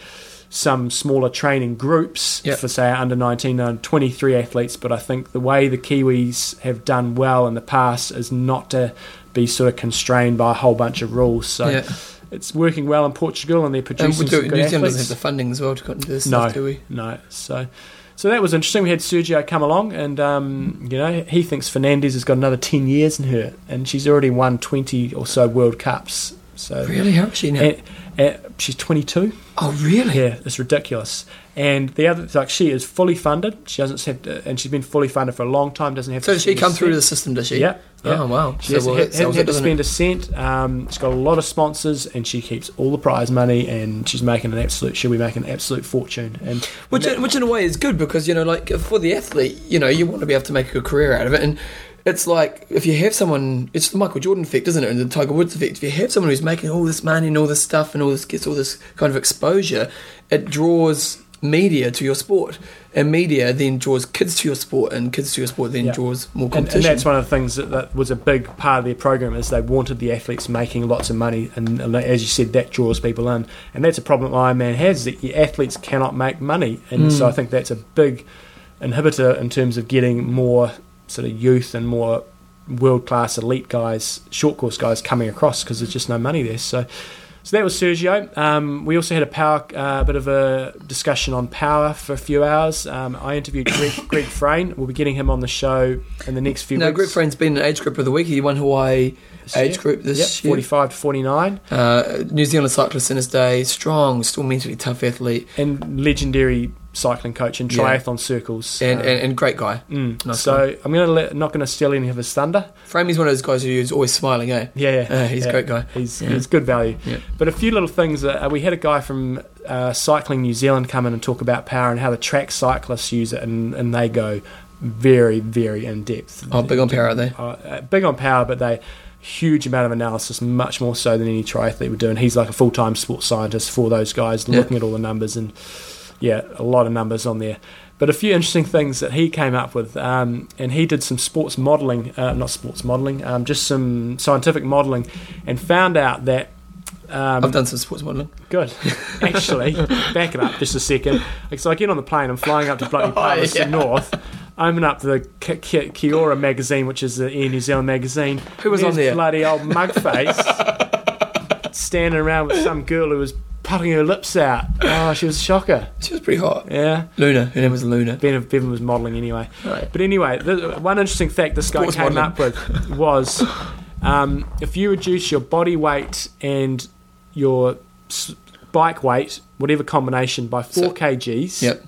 Speaker 2: some smaller training groups
Speaker 1: Yep.
Speaker 2: for say our under 19 and 23 athletes but i think the way the kiwis have done well in the past is not to be sort of constrained by a whole bunch of rules so
Speaker 1: yeah.
Speaker 2: it's working well in portugal and they're
Speaker 1: And
Speaker 2: producing
Speaker 1: we do,
Speaker 2: some
Speaker 1: New
Speaker 2: good
Speaker 1: Zealand
Speaker 2: athletes
Speaker 1: doesn't have the funding as well to go into this
Speaker 2: No.
Speaker 1: stuff, do we?
Speaker 2: no. So, so that was interesting. We had Sergio come along, and um, you know he thinks Fernandez has got another ten years in her, and she's already won twenty or so World Cups. So,
Speaker 1: Really? How is she now?
Speaker 2: and, and she's twenty-two.
Speaker 1: oh, really?
Speaker 2: Yeah, it's ridiculous. And the other, like, she is fully funded. She doesn't have, to, and she's been fully funded for a long time. Doesn't have.
Speaker 1: So
Speaker 2: to
Speaker 1: did she
Speaker 2: spend a
Speaker 1: come through
Speaker 2: cent.
Speaker 1: to the system, does she?
Speaker 2: Yeah, yeah.
Speaker 1: Oh, wow.
Speaker 2: She hasn't,
Speaker 1: well,
Speaker 2: ha-
Speaker 1: that
Speaker 2: hasn't
Speaker 1: sells
Speaker 2: had
Speaker 1: it,
Speaker 2: to
Speaker 1: doesn't it?
Speaker 2: spend a cent. Um, she's got a lot of sponsors, and she keeps all the prize money. And she's making an absolute. She'll be making an absolute fortune. And
Speaker 1: Which, in- which in a way is good because, you know, like for the athlete, you know, you want to be able to make a good career out of it. And it's like if you have someone, it's the Michael Jordan effect, isn't it? And the Tiger Woods effect. If you have someone who's making all this money and all this stuff and all this gets all this kind of exposure, it draws media to your sport. And media then draws kids to your sport, and kids to your sport then
Speaker 2: Yeah.
Speaker 1: draws more
Speaker 2: And,
Speaker 1: competition.
Speaker 2: and that's one of the things that, that was a big part of their program is they wanted the athletes making lots of money, and, and as you said, that draws people in, and that's a problem Ironman has that your athletes cannot make money, and
Speaker 1: Hmm.
Speaker 2: so I think that's a big inhibitor in terms of getting more sort of youth and more world class elite guys, short course guys coming across because there's just no money there. So. So that was Sergio. Um, we also had a power, uh, bit of a discussion on power for a few hours. Um, I interviewed Greg, Greg Frayne. We'll be getting him on the show in the next few
Speaker 1: No,
Speaker 2: weeks.
Speaker 1: Greg Friend's been an age group of the week. He won Hawaii
Speaker 2: This
Speaker 1: age
Speaker 2: year.
Speaker 1: group this
Speaker 2: Yep,
Speaker 1: year.
Speaker 2: 45 to 49.
Speaker 1: Uh, New Zealand cyclist in his day, strong, still mentally tough athlete.
Speaker 2: And legendary cycling coach in
Speaker 1: Yeah.
Speaker 2: triathlon circles.
Speaker 1: and,
Speaker 2: Um,
Speaker 1: and, and great guy.
Speaker 2: mm.
Speaker 1: nice
Speaker 2: so I'm gonna let, not gonna steal any of his thunder.
Speaker 1: Framey's one of those guys who's always smiling, eh?
Speaker 2: Yeah, yeah.
Speaker 1: Uh, he's
Speaker 2: yeah.
Speaker 1: a great guy.
Speaker 2: He's
Speaker 1: Yeah.
Speaker 2: he's good value.
Speaker 1: Yeah.
Speaker 2: But a few little things. Uh, we had a guy from uh, Cycling New Zealand come in and talk about power and how the track cyclists use it, and, and they go very very in depth.
Speaker 1: Oh, big on power, are they?
Speaker 2: Uh, uh, big on power, but they huge amount of analysis, much more so than any triathlete would do. And he's like a full time sports scientist for those guys,
Speaker 1: Yeah.
Speaker 2: looking at all the numbers and yeah, a lot of numbers on there. But a few interesting things that he came up with, um, and he did some sports modelling, uh, not sports modelling, um, just some scientific modelling, and found out that. Um,
Speaker 1: I've done some sports modelling.
Speaker 2: Good. Actually, back it up just a second. So I get on the plane, I'm flying up to bloody Palmerston
Speaker 1: Oh, yeah.
Speaker 2: North, open up the Ki- Ki- Kiora magazine, which is the Air New Zealand magazine.
Speaker 1: Who was
Speaker 2: There's
Speaker 1: on there?
Speaker 2: Bloody old mug face standing around with some girl who was puffing her lips out. Oh, she was a shocker.
Speaker 1: She was pretty hot.
Speaker 2: Yeah.
Speaker 1: Luna, her name was Luna.
Speaker 2: Ben, Bevan was modelling anyway.
Speaker 1: Right.
Speaker 2: But anyway, th one interesting fact this guy
Speaker 1: Sports
Speaker 2: came
Speaker 1: modelling.
Speaker 2: up with was um, if you reduce your body weight and your s- bike weight, whatever combination, by 4
Speaker 1: So-
Speaker 2: kgs,
Speaker 1: Yep.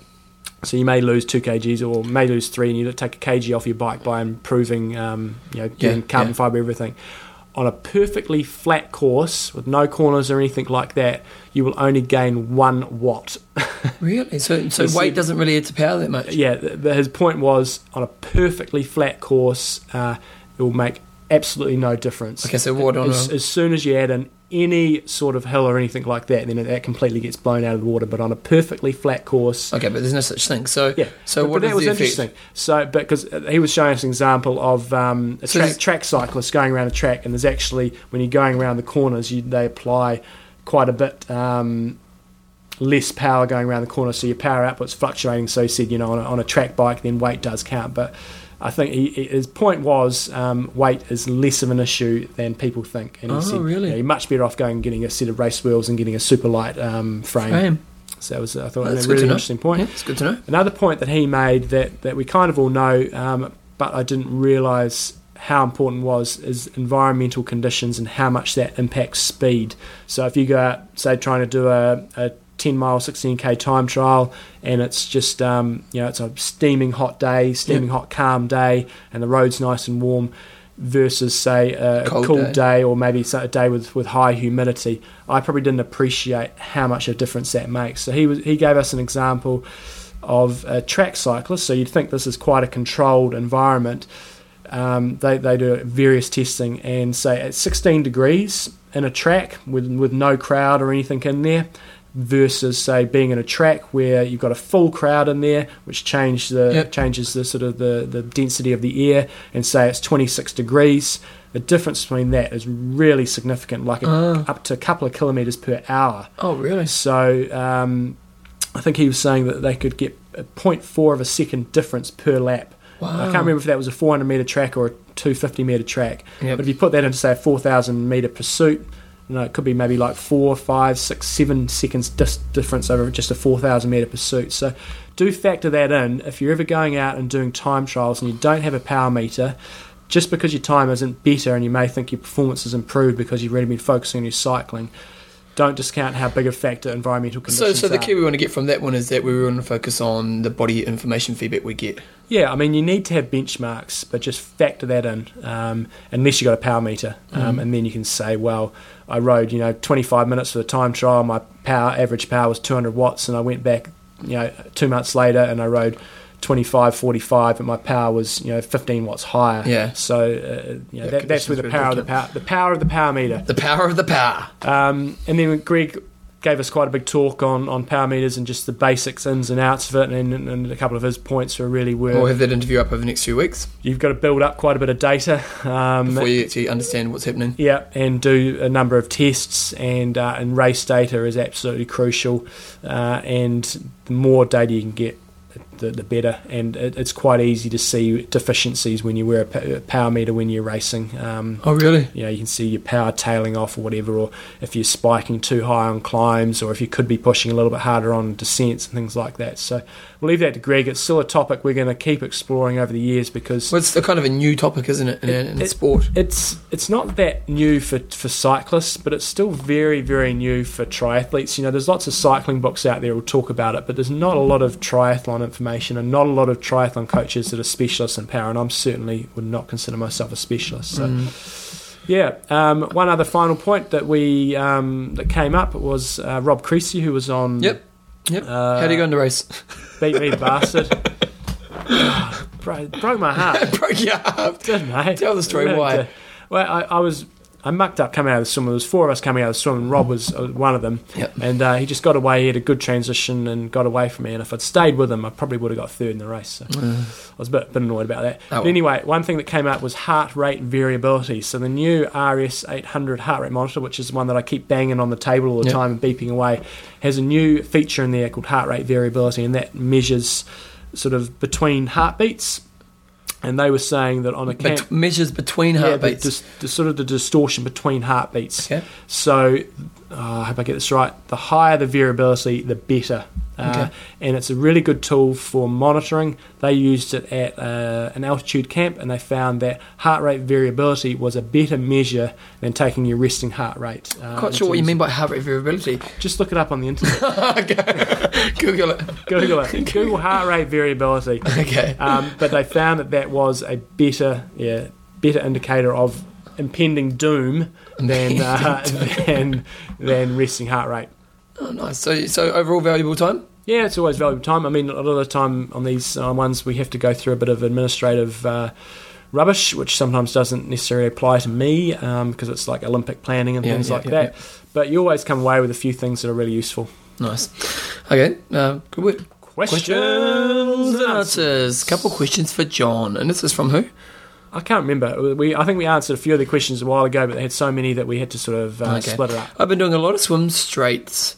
Speaker 2: so you may lose 2 kgs or may lose 3 and you take a kg off your bike by improving, um, you know, getting carbon
Speaker 1: yeah.
Speaker 2: fibre, everything. On a perfectly flat course with no corners or anything like that, you will only gain one watt
Speaker 1: Really? So, so
Speaker 2: You see-
Speaker 1: weight doesn't really add to power that much.
Speaker 2: yeah, th th his point was on a perfectly flat course, uh, it will make absolutely no difference.
Speaker 1: Okay, so what on
Speaker 2: as,
Speaker 1: a,
Speaker 2: as soon as you add in any sort of hill or anything like that, then that completely gets blown out of the water. But on a perfectly flat course,
Speaker 1: okay, but there's no such thing. So,
Speaker 2: yeah.
Speaker 1: so
Speaker 2: but,
Speaker 1: what
Speaker 2: but
Speaker 1: is
Speaker 2: that was
Speaker 1: the effect?
Speaker 2: interesting. So, because he was showing us an example of um, a
Speaker 1: So
Speaker 2: track,
Speaker 1: this-
Speaker 2: track cyclist going around a track, and there's actually when you're going around the corners, you, they apply quite a bit um, less power going around the corner, so your power output's fluctuating. So he said, you know, on a, on a track bike, then weight does count, but. I think he, he- his point was um, weight is less of an issue than people think. And he
Speaker 1: Oh,
Speaker 2: said,
Speaker 1: really?
Speaker 2: yeah, you're much better off going and getting a set of race wheels and getting a super light um, frame.
Speaker 1: Graham.
Speaker 2: So that was, I thought,
Speaker 1: That's
Speaker 2: a
Speaker 1: good
Speaker 2: really
Speaker 1: to know.
Speaker 2: interesting point.
Speaker 1: Yeah, it's good to know.
Speaker 2: Another point that he made that, that we kind of all know, um, but I didn't realise how important was is environmental conditions and how much that impacts speed. So if you go out, say, trying to do a, a 10 mile, 16k time trial, and it's just, um, you know, it's a steaming hot day, steaming hot, calm day, and the road's nice and warm, versus, say, a
Speaker 1: Cold
Speaker 2: cool
Speaker 1: day.
Speaker 2: day day or maybe so- a day with, with high humidity, I probably didn't appreciate how much a difference that makes. So he was, he gave us an example of a track cyclist. So you'd think this is quite a controlled environment. Um, they they do various testing and say at 16 degrees in a track with with no crowd or anything in there. Versus say being in a track where you've got a full crowd in there, which change the
Speaker 1: Yep.
Speaker 2: changes the sort of the, the density of the air, and say it's 26 degrees, the difference between that is really significant, like a,
Speaker 1: Ah.
Speaker 2: up to a couple of kilometres per hour.
Speaker 1: Oh, really?
Speaker 2: So um, I think he was saying that they could get a 0.4 of a second difference per lap.
Speaker 1: Wow.
Speaker 2: I can't remember if that was a 400 metre track or a 250 metre track.
Speaker 1: Yep.
Speaker 2: But if you put that into, say, a 4,000 metre pursuit, you know, it could be maybe like four, five, six, seven seconds dis- difference over just a 4,000 metre pursuit. So do factor that in. If you're ever going out and doing time trials and you don't have a power meter, just because your time isn't better and you may think your performance has improved because you've really been focusing on your cycling, don't discount how big a factor environmental
Speaker 1: So,
Speaker 2: conditions
Speaker 1: so the
Speaker 2: are.
Speaker 1: key we want to get from that one is that we want to focus on the body information feedback we get.
Speaker 2: Yeah, I mean, you need to have benchmarks, but just factor that in, um, unless you've got a power meter. Um,
Speaker 1: Mm-hmm.
Speaker 2: And then you can say, well, I rode, you know, 25 minutes for the time trial, my power average power was 200 watts, and I went back, you know, two months later and I rode 25, 45, and my power was, you know, 15 watts higher.
Speaker 1: Yeah.
Speaker 2: So, uh, you know,
Speaker 1: Yeah,
Speaker 2: that, that's where the
Speaker 1: conditions
Speaker 2: power
Speaker 1: were
Speaker 2: of the power, the power of the power meter.
Speaker 1: The power of the power.
Speaker 2: Um, and then Greg gave us quite a big talk on, on power meters and just the basics, ins and outs of it, and, and, and a couple of his points were really were
Speaker 1: We'll have that interview up over the next few weeks
Speaker 2: you've got to build up quite a bit of data. Um,
Speaker 1: before you actually understand what's happening.
Speaker 2: yeah, and do a number of tests, and uh, and race data is absolutely crucial. Uh, and the more data you can get, the, the better. And it, it's quite easy to see deficiencies when you wear a p- a power meter when you're racing. Um,
Speaker 1: Oh, really?
Speaker 2: you know, you can see your power tailing off or whatever, or if you're spiking too high on climbs, or if you could be pushing a little bit harder on descents and things like that. So we'll leave that to Greg. It's still a topic we're going to keep exploring over the years because
Speaker 1: Well, it's a kind of a new topic, isn't it, in,
Speaker 2: It-
Speaker 1: in
Speaker 2: it-
Speaker 1: sport?
Speaker 2: it's it's not that new for, for cyclists, but it's still very very new for triathletes. You know, there's lots of cycling books out there will talk about it, but there's not a lot of triathlon information and not a lot of triathlon coaches that are specialists in power. And I'm certainly would not consider myself a specialist. So. Yeah. Um, one other final point that we um, that came up was uh, Rob Creasy, who was on
Speaker 1: Yep. Yep.
Speaker 2: Uh,
Speaker 1: How do you go in the race?
Speaker 2: Beat Me the Bastard. Ah, Bro, broke my heart.
Speaker 1: Broke your arm.
Speaker 2: didn't I?
Speaker 1: Tell the story
Speaker 2: Really
Speaker 1: why.
Speaker 2: did. Well, I, I was I mucked up coming out of the swim. There was four of us coming out of the swim, and Rob was uh, one of them.
Speaker 1: Yep.
Speaker 2: And uh, he just got away. He had a good transition and got away from me. And if I'd stayed with him, I probably would have got third in the race. So I was a bit, bit annoyed about that.
Speaker 1: Oh, well.
Speaker 2: But anyway, one thing that came out was heart rate variability. So the new RS 800 heart rate monitor, which is the one that I keep banging on the table all the
Speaker 1: Yep.
Speaker 2: time and beeping away, has a new feature in there called heart rate variability, and that measures sort of between heartbeats. And they were saying that on a camp,
Speaker 1: Bet- measures between
Speaker 2: yeah, the
Speaker 1: heartbeats.
Speaker 2: dis- the sort of the distortion between heartbeats.
Speaker 1: Okay.
Speaker 2: So, uh, I hope I get this right. The higher the variability, the better. Uh,
Speaker 1: Okay.
Speaker 2: and it's a really good tool for monitoring. They used it at uh, an altitude camp and they found that heart rate variability was a better measure than taking your resting heart rate. Uh,
Speaker 1: I'm quite
Speaker 2: in
Speaker 1: sure what you
Speaker 2: terms-
Speaker 1: mean by heart rate variability.
Speaker 2: Just look it up on the internet.
Speaker 1: okay. Google it.
Speaker 2: Google it. Google heart rate variability.
Speaker 1: Okay.
Speaker 2: um, but they found that that was a better, yeah, better indicator of impending doom than uh, than than resting heart rate.
Speaker 1: Oh, nice. So, so overall valuable time.
Speaker 2: Yeah, it's always valuable time. I mean, a lot of the time on these uh, ones, we have to go through a bit of administrative uh, rubbish, which sometimes doesn't necessarily apply to me because it's like Olympic planning and
Speaker 1: Yeah,
Speaker 2: things
Speaker 1: yeah,
Speaker 2: like
Speaker 1: yeah,
Speaker 2: that. But you always come away with a few things that are really useful.
Speaker 1: Nice. Okay. Uh, good work.
Speaker 2: Questions and answers.
Speaker 1: answers. Couple questions for John, and this is from who?
Speaker 2: I can't remember. We I think we answered a few of the questions a while ago, but they had so many that we had to sort of uh,
Speaker 1: Okay.
Speaker 2: split it up.
Speaker 1: I've been doing a lot of swim straights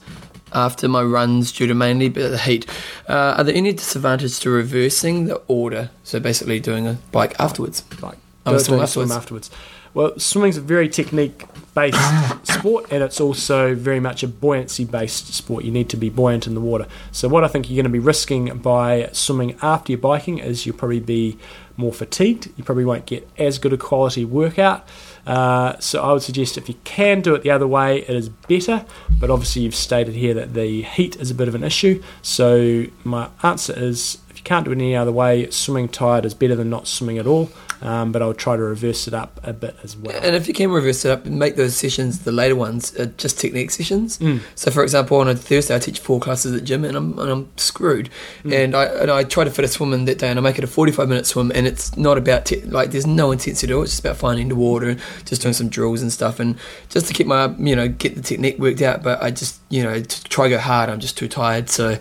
Speaker 1: after my runs due to mainly a bit of the heat. Uh, are there any disadvantages to reversing the order? So basically doing a bike afterwards.
Speaker 2: Like
Speaker 1: Oh,
Speaker 2: doing-
Speaker 1: swim
Speaker 2: doing
Speaker 1: afterwards.
Speaker 2: swim afterwards. Well, swimming's a very technique-based sport, and it's also very much a buoyancy-based sport. You need to be buoyant in the water. So, what I think you're going to be risking by swimming after your biking is you'll probably be more fatigued. You probably won't get as good a quality workout. Uh, so, I would suggest if you can do it the other way, it is better. But obviously, you've stated here that the heat is a bit of an issue. So, my answer is if you can't do it any other way, swimming tired is better than not swimming at all. Um, but I'll try to reverse it up a bit as well.
Speaker 1: And if you can reverse it up and make those sessions, the later ones, uh, just technique sessions.
Speaker 2: Mm.
Speaker 1: So, for example, on a Thursday, I teach four classes at gym, and I'm and I'm screwed.
Speaker 2: Mm.
Speaker 1: And I and I try to fit a swim in that day, and I make it a 45 minute swim, and it's not about te- like there's no intensity to it. It's just about finding the water, just doing some drills and stuff, and just to keep my you know get the technique worked out. But I just you know to try to go hard. I'm just too tired. So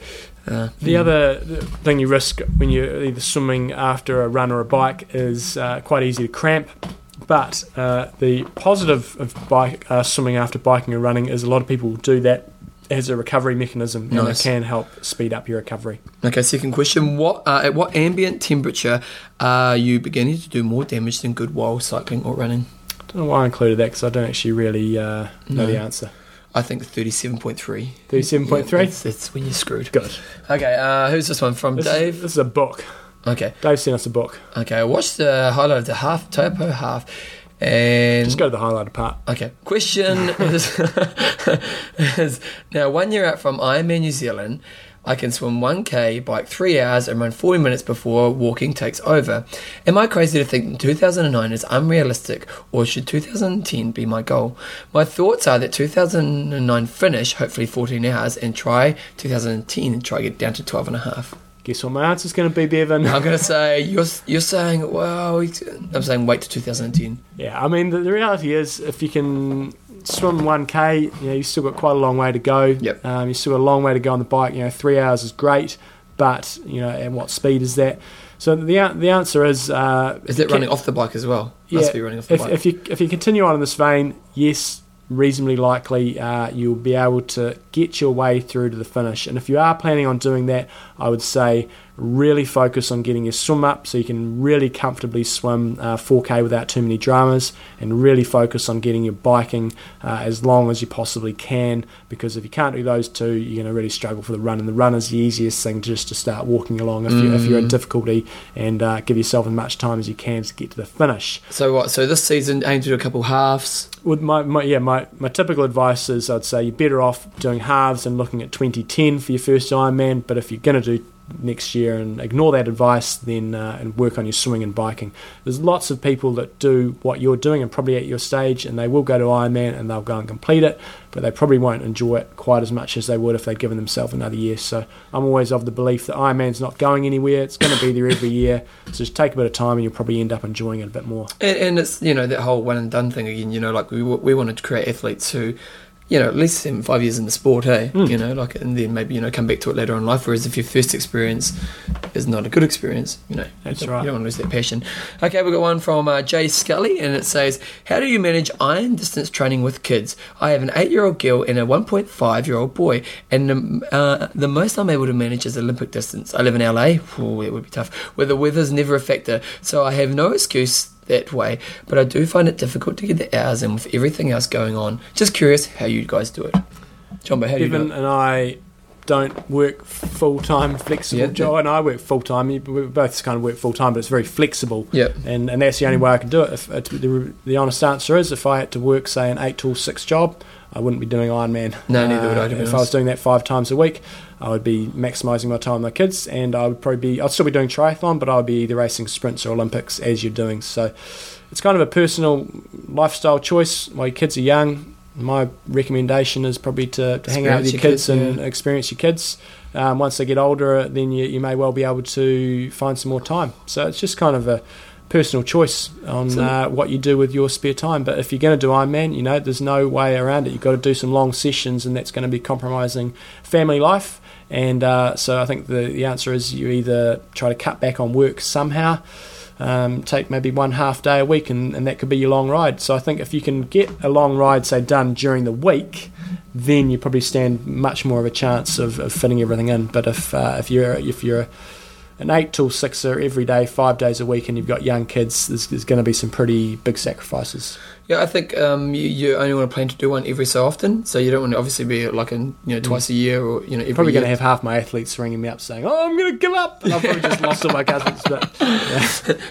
Speaker 1: uh,
Speaker 2: The other thing you risk when you're either swimming after a run or a bike is uh, quite easy to cramp. But uh, the positive of bike, uh, swimming after biking or running is a lot of people do that as a recovery mechanism and it
Speaker 1: Nice.
Speaker 2: can help speed up your recovery.
Speaker 1: okay, second question: What uh, at what ambient temperature are you beginning to do more damage than good while cycling or running?
Speaker 2: I don't know why I included that because I don't actually really uh, know the
Speaker 1: No.
Speaker 2: answer.
Speaker 1: I think 37.3.
Speaker 2: 37.3?
Speaker 1: Yeah, that's, that's when you're screwed.
Speaker 2: Good.
Speaker 1: Okay, uh, who's this one from?
Speaker 2: This,
Speaker 1: Dave?
Speaker 2: Is, this is a book.
Speaker 1: Okay,
Speaker 2: Dave sent us a book.
Speaker 1: okay. I watched the highlight of the half, Topo half. And.
Speaker 2: Just go to the highlighted part.
Speaker 1: Okay, question is, is now one year out from Ironman New Zealand. I can swim 1k, bike 3 hours, and run 40 minutes before walking takes over. Am I crazy to think 2009 is unrealistic, or should 2010 be my goal? My thoughts are that 2009 finish, hopefully 14 hours, and try 2010 and try get down to 12 and a half.
Speaker 2: Guess what my answer's going to be, Bevan?
Speaker 1: I'm gonna say you're you're saying well, it's- I'm saying wait to 2010.
Speaker 2: Yeah, I mean the, the reality is if you can swim one k, you know you've still got quite a long way to go.
Speaker 1: Yep.
Speaker 2: Um, you've still got a long way to go on the bike. You know, three hours is great, but you know, at what speed is that? So the an- the answer is uh,
Speaker 1: Is that
Speaker 2: ca-
Speaker 1: running off the bike as well? Must be running off the
Speaker 2: if,
Speaker 1: bike.
Speaker 2: if you if you continue on in this vein, yes, reasonably likely uh, you'll be able to get your way through to the finish. And if you are planning on doing that, I would say Really focus on getting your swim up so you can really comfortably swim uh, 4K without too many dramas, and really focus on getting your biking uh, as long as you possibly can. Because if you can't do those two, you're going to really struggle for the run. And the run is the easiest thing just to start walking along if, you, if you're in difficulty and uh, give yourself as much time as you can to get to the finish.
Speaker 1: So what? So this season, aim to do a couple halves.
Speaker 2: Would my, my yeah my, my typical advice is I'd say you're better off doing halves and looking at 2010 for your first Ironman. But if you're going to do next year and ignore that advice, then uh, and work on your swimming and biking. There's lots of people that do what you're doing and probably at your stage, and they will go to Ironman and they'll go and complete it, but they probably won't enjoy it quite as much as they would if they'd given themselves another year. So I'm always of the belief that Ironman's not going anywhere. It's going to be there every year. So just take a bit of time, and you'll probably end up enjoying it a bit more.
Speaker 1: And, and it's you know that whole one and done thing again. You know, like we w- we wanted to create athletes who, you know, at least seven five years in the sport, hey,
Speaker 2: Mm.
Speaker 1: you know, like and then maybe you know come back to it later in life. Whereas if your first experience is not a good experience, you know,
Speaker 2: That's
Speaker 1: you don't-
Speaker 2: right.
Speaker 1: You don't want to lose that passion. Okay, we've got one from uh, Jay Scully, and it says, "How do you manage iron distance training with kids? I have an eight-year-old girl and a 1.5-year-old boy, and um, uh, the most I'm able to manage is Olympic distance. I live in LA. Ooh, it would be tough. Where the weather's never a factor, so I have no excuse." That way, but I do find it difficult to get the hours in with everything else going on. Just curious how you guys do it. Jumbo, how do you do
Speaker 2: Evan
Speaker 1: it?
Speaker 2: and I don't work full time flexible.
Speaker 1: Yeah.
Speaker 2: Joe and I work full time. We both kind of work full time, but it's very flexible.
Speaker 1: Yep.
Speaker 2: and and that's the only way I can do it. If, uh, the, the honest answer is, if I had to work, say, an eight till six job, I wouldn't be doing Ironman.
Speaker 1: No, neither would I, to be
Speaker 2: if I was
Speaker 1: honest.
Speaker 2: doing that five times a week, I would be maximising my time with my kids, and I would probably be. I'd still be doing triathlon, but I would be either racing sprints or Olympics as you're doing. So, it's kind of a personal lifestyle choice. While your kids are young, my recommendation is probably to, to hang out
Speaker 1: Experience
Speaker 2: with your
Speaker 1: your
Speaker 2: kids,
Speaker 1: kids,
Speaker 2: and
Speaker 1: yeah.
Speaker 2: experience your kids. Um, once they get older, then you, you may well be able to find some more time. So it's just kind of a personal choice on
Speaker 1: So-
Speaker 2: uh, what you do with your spare time. But if you're going to do Ironman, you know, there's no way around it. You've got to do some long sessions, and that's going to be compromising family life. And uh, so I think the, the answer is you either try to cut back on work somehow, um, take maybe one half day a week, and, and that could be your long ride. So I think if you can get a long ride, say, done during the week, then you probably stand much more of a chance of, of fitting everything in. But if uh, if you're if you're an eight till sixer every day, five days a week, and you've got young kids, there's, there's going to be some pretty big sacrifices.
Speaker 1: Yeah, I think um, you, you only want to plan to do one every so often, so you don't want to obviously be like in you know twice a year or you know every
Speaker 2: You're probably
Speaker 1: year.
Speaker 2: going to have half my athletes ringing me up saying, "Oh, I'm going to give up," and I've probably just lost all my cousins. But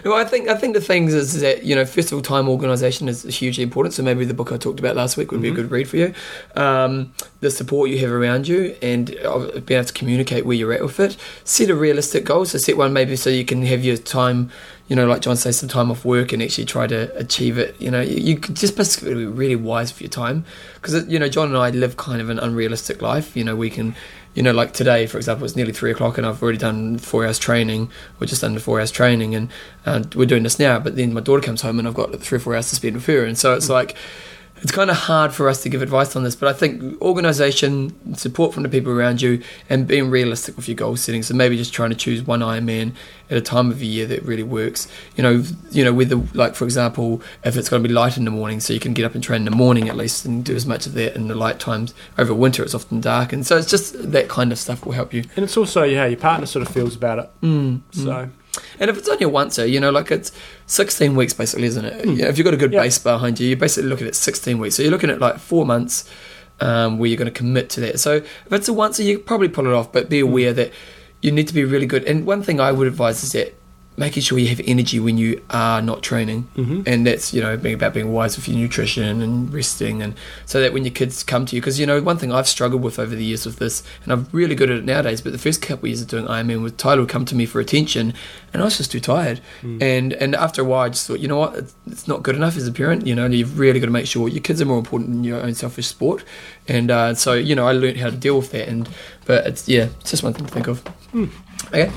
Speaker 1: No, I think I think the things is that you know festival time organisation is hugely important. So maybe the book I talked about last week would be a
Speaker 2: Mhm.
Speaker 1: good read for you. Um, the support you have around you and uh, being able to communicate where you're at with it. Set a realistic goal. So set one maybe so you can have your time. You know, like John says, some time off work and actually try to achieve it. You know, you, you could just basically be really wise for your time because you know John and I live kind of an unrealistic life. You know, we can. You know, like today, for example, it's nearly three o'clock, and I've already done four hours training, or just under four hours training, and uh, we're doing this now, but then my daughter comes home and I've got three or four hours to spend with her. And so it's like, it's kind of hard for us to give advice on this, but I think organization, support from the people around you, and being realistic with your goal setting. So maybe just trying to choose one Ironman at a time of the year that really works. You know, you know, whether like for example, if it's going to be light in the morning, so you can get up and train in the morning at least, and do as much of that in the light times. Over winter, it's often dark, and so it's just that kind of stuff will help you.
Speaker 2: and it's also yeah, your partner sort of feels about it.
Speaker 1: Mm,
Speaker 2: So.
Speaker 1: and if it's only a once, you know, like it's 16 weeks basically, isn't it? Yeah, if you've got a good
Speaker 2: Yeah.
Speaker 1: base behind you, you're basically looking at 16 weeks. So you're looking at like four months um, where you're going to commit to that. So if it's a once, you probably pull it off, but be aware that you need to be really good. And one thing I would advise is that making sure you have energy when you are not training.
Speaker 2: mhm.
Speaker 1: And that's, you know, being about being wise with your nutrition and resting, and so that when your kids come to you, because, you know, one thing I've struggled with over the years with this, and I'm really good at it nowadays, but the first couple of years of doing Ironman, with Tyler would come to me for attention, and I was just too tired. And and after a while, I just thought, you know what, it's, it's not good enough as a parent, you know, and you've really got to make sure your kids are more important than your own selfish sport. And uh, so, you know, I learned how to deal with that, and but it's, yeah, it's just one thing to think of. Okay.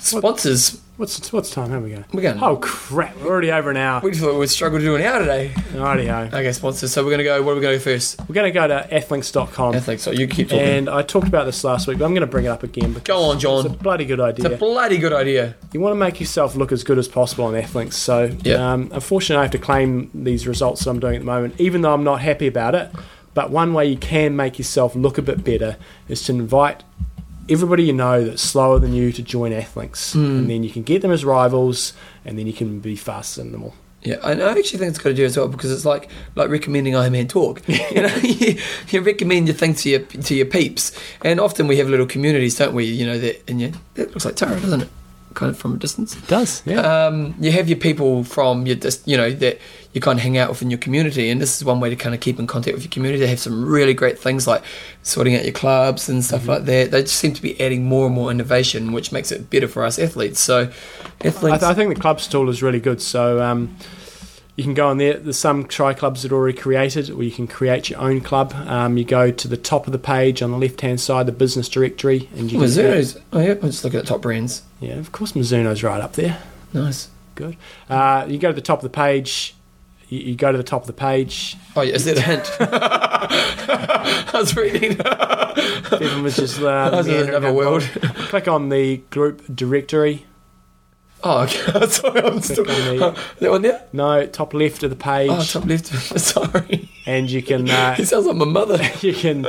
Speaker 1: Sponsors.
Speaker 2: What's what's time? How we go?
Speaker 1: We're going.
Speaker 2: Oh crap! We're already over an hour.
Speaker 1: We thought we'd struggle to do an hour today.
Speaker 2: Alrighty ho.
Speaker 1: Okay, sponsors. So we're gonna go. What are we gonna go first?
Speaker 2: We're going to go to athlinks.com.
Speaker 1: I think so. You keep talking.
Speaker 2: And I talked about this last week, but I'm going to bring it up again. Because
Speaker 1: Go on, John.
Speaker 2: It's a bloody good
Speaker 1: it's
Speaker 2: idea.
Speaker 1: a bloody good idea.
Speaker 2: you want to make yourself look as good as possible on Athlinks. So,
Speaker 1: Yeah.
Speaker 2: um, unfortunately, I have to claim these results that I'm doing at the moment, even though I'm not happy about it. But one way you can make yourself look a bit better is to invite everybody you know that's slower than you to join
Speaker 1: Mm.
Speaker 2: athlinks, and then you can get them as rivals, and then you can be faster than them all.
Speaker 1: Yeah, and I actually think it's got to do as well because it's like like recommending Iron Man Talk. you know, you, you recommend your thing to your to your peeps, and often we have little communities, don't we? You know that, and you, it looks like Tara, doesn't it? Kind of from a distance.
Speaker 2: It does, yeah.
Speaker 1: Um, you have your people from your dis- you know that you kind of hang out with in your community, and this is one way to kind of keep in contact with your community. They have some really great things like sorting out your clubs and
Speaker 2: Mm-hmm.
Speaker 1: stuff like that. They just seem to be adding more and more innovation, which makes it better for us athletes. So,
Speaker 2: I,
Speaker 1: athletes,
Speaker 2: th- I think the clubs tool is really good. So um, you can go on there. There's some tri clubs that are already created, or you can create your own club. Um, you go to the top of the page on the left hand side, the business directory, and you can
Speaker 1: Mizuno's. Oh yeah, let's look at the top brands.
Speaker 2: yeah, of course, Mizuno's right up there.
Speaker 1: Nice.
Speaker 2: Good. Uh, you go to the top of the page. You, you go to the top of the page.
Speaker 1: Oh, yeah, is that a hint? I was reading.
Speaker 2: Everyone was just uh,
Speaker 1: That was
Speaker 2: meandering
Speaker 1: another
Speaker 2: about-
Speaker 1: world.
Speaker 2: Click on the group directory.
Speaker 1: Oh, okay. Sorry, I'm still.
Speaker 2: Click on the-
Speaker 1: that one there?
Speaker 2: No, top left of the page,
Speaker 1: Oh, top left. Sorry.
Speaker 2: and you can uh,
Speaker 1: He sounds like my mother.
Speaker 2: you can